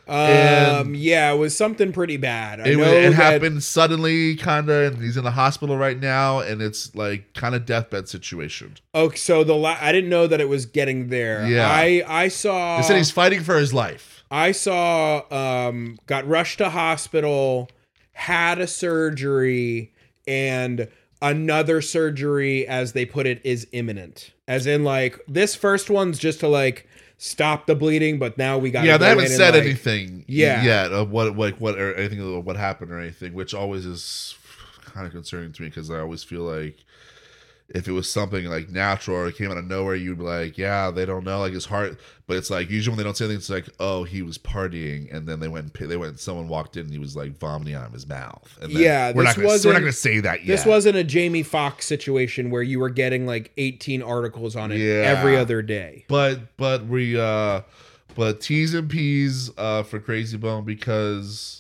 Um, yeah, it was something pretty bad. I It, know wa- it that- happened suddenly, kind of, and he's in the hospital right now, and it's like kind of deathbed situation. Okay, Oh, so the la- I didn't know that it was getting there. Yeah. I I saw. They said he's fighting for his life. I saw um got rushed to hospital, had a surgery, and another surgery, as they put it, is imminent. As in, like this first one's just to like stop the bleeding, but now we got Yeah, they haven't said anything Yeah. yet of what like what or anything of what happened or anything, which always is kind of concerning to me because I always feel like if it was something like natural or it came out of nowhere, you'd be like, yeah, they don't know, like his heart. But it's like usually when they don't say anything, it's like, oh, he was partying, and then they went, and pi- they went, someone walked in and he was like vomiting out of his mouth. And then Yeah, we're this not gonna, we're wasn't- not going to say that yet. This wasn't a Jamie Foxx situation where you were getting like 18 articles on it Yeah. every other day. but but we uh but T's and P's uh for Crazy Bone because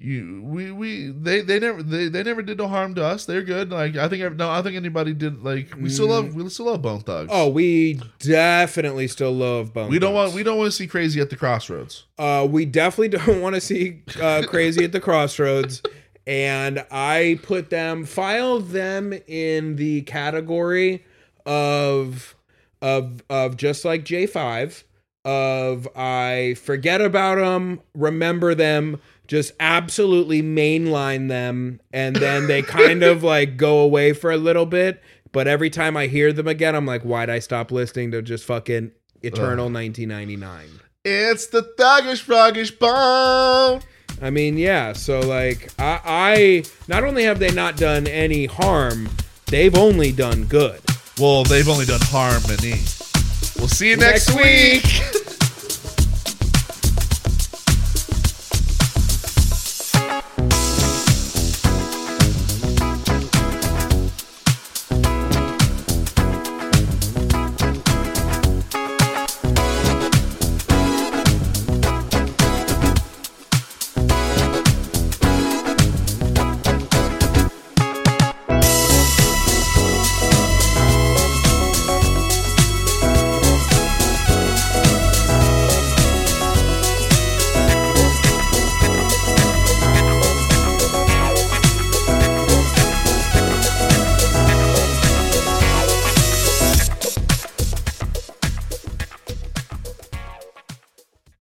you we we they they never they, they never did no harm to us. They're good. Like I think no I think anybody did like we still love we still love Bone Thugs. Oh, we definitely still love Bone. we don't Thugs. want we don't want to see Crazy at the crossroads. Uh, we definitely don't want to see uh, Crazy at the Crossroads. And I put them, filed them in the category of of of just like J five of I forget about them, remember them, just absolutely mainline them, and then they kind of like go away for a little bit. But every time I hear them again, I'm like, why'd I stop listening to just fucking Eternal 1999? It's the thuggish froggish bone. I mean, yeah. So like, I, I not only have they not done any harm, they've only done good. Well, they've only done harmony. We'll see you next, Next week.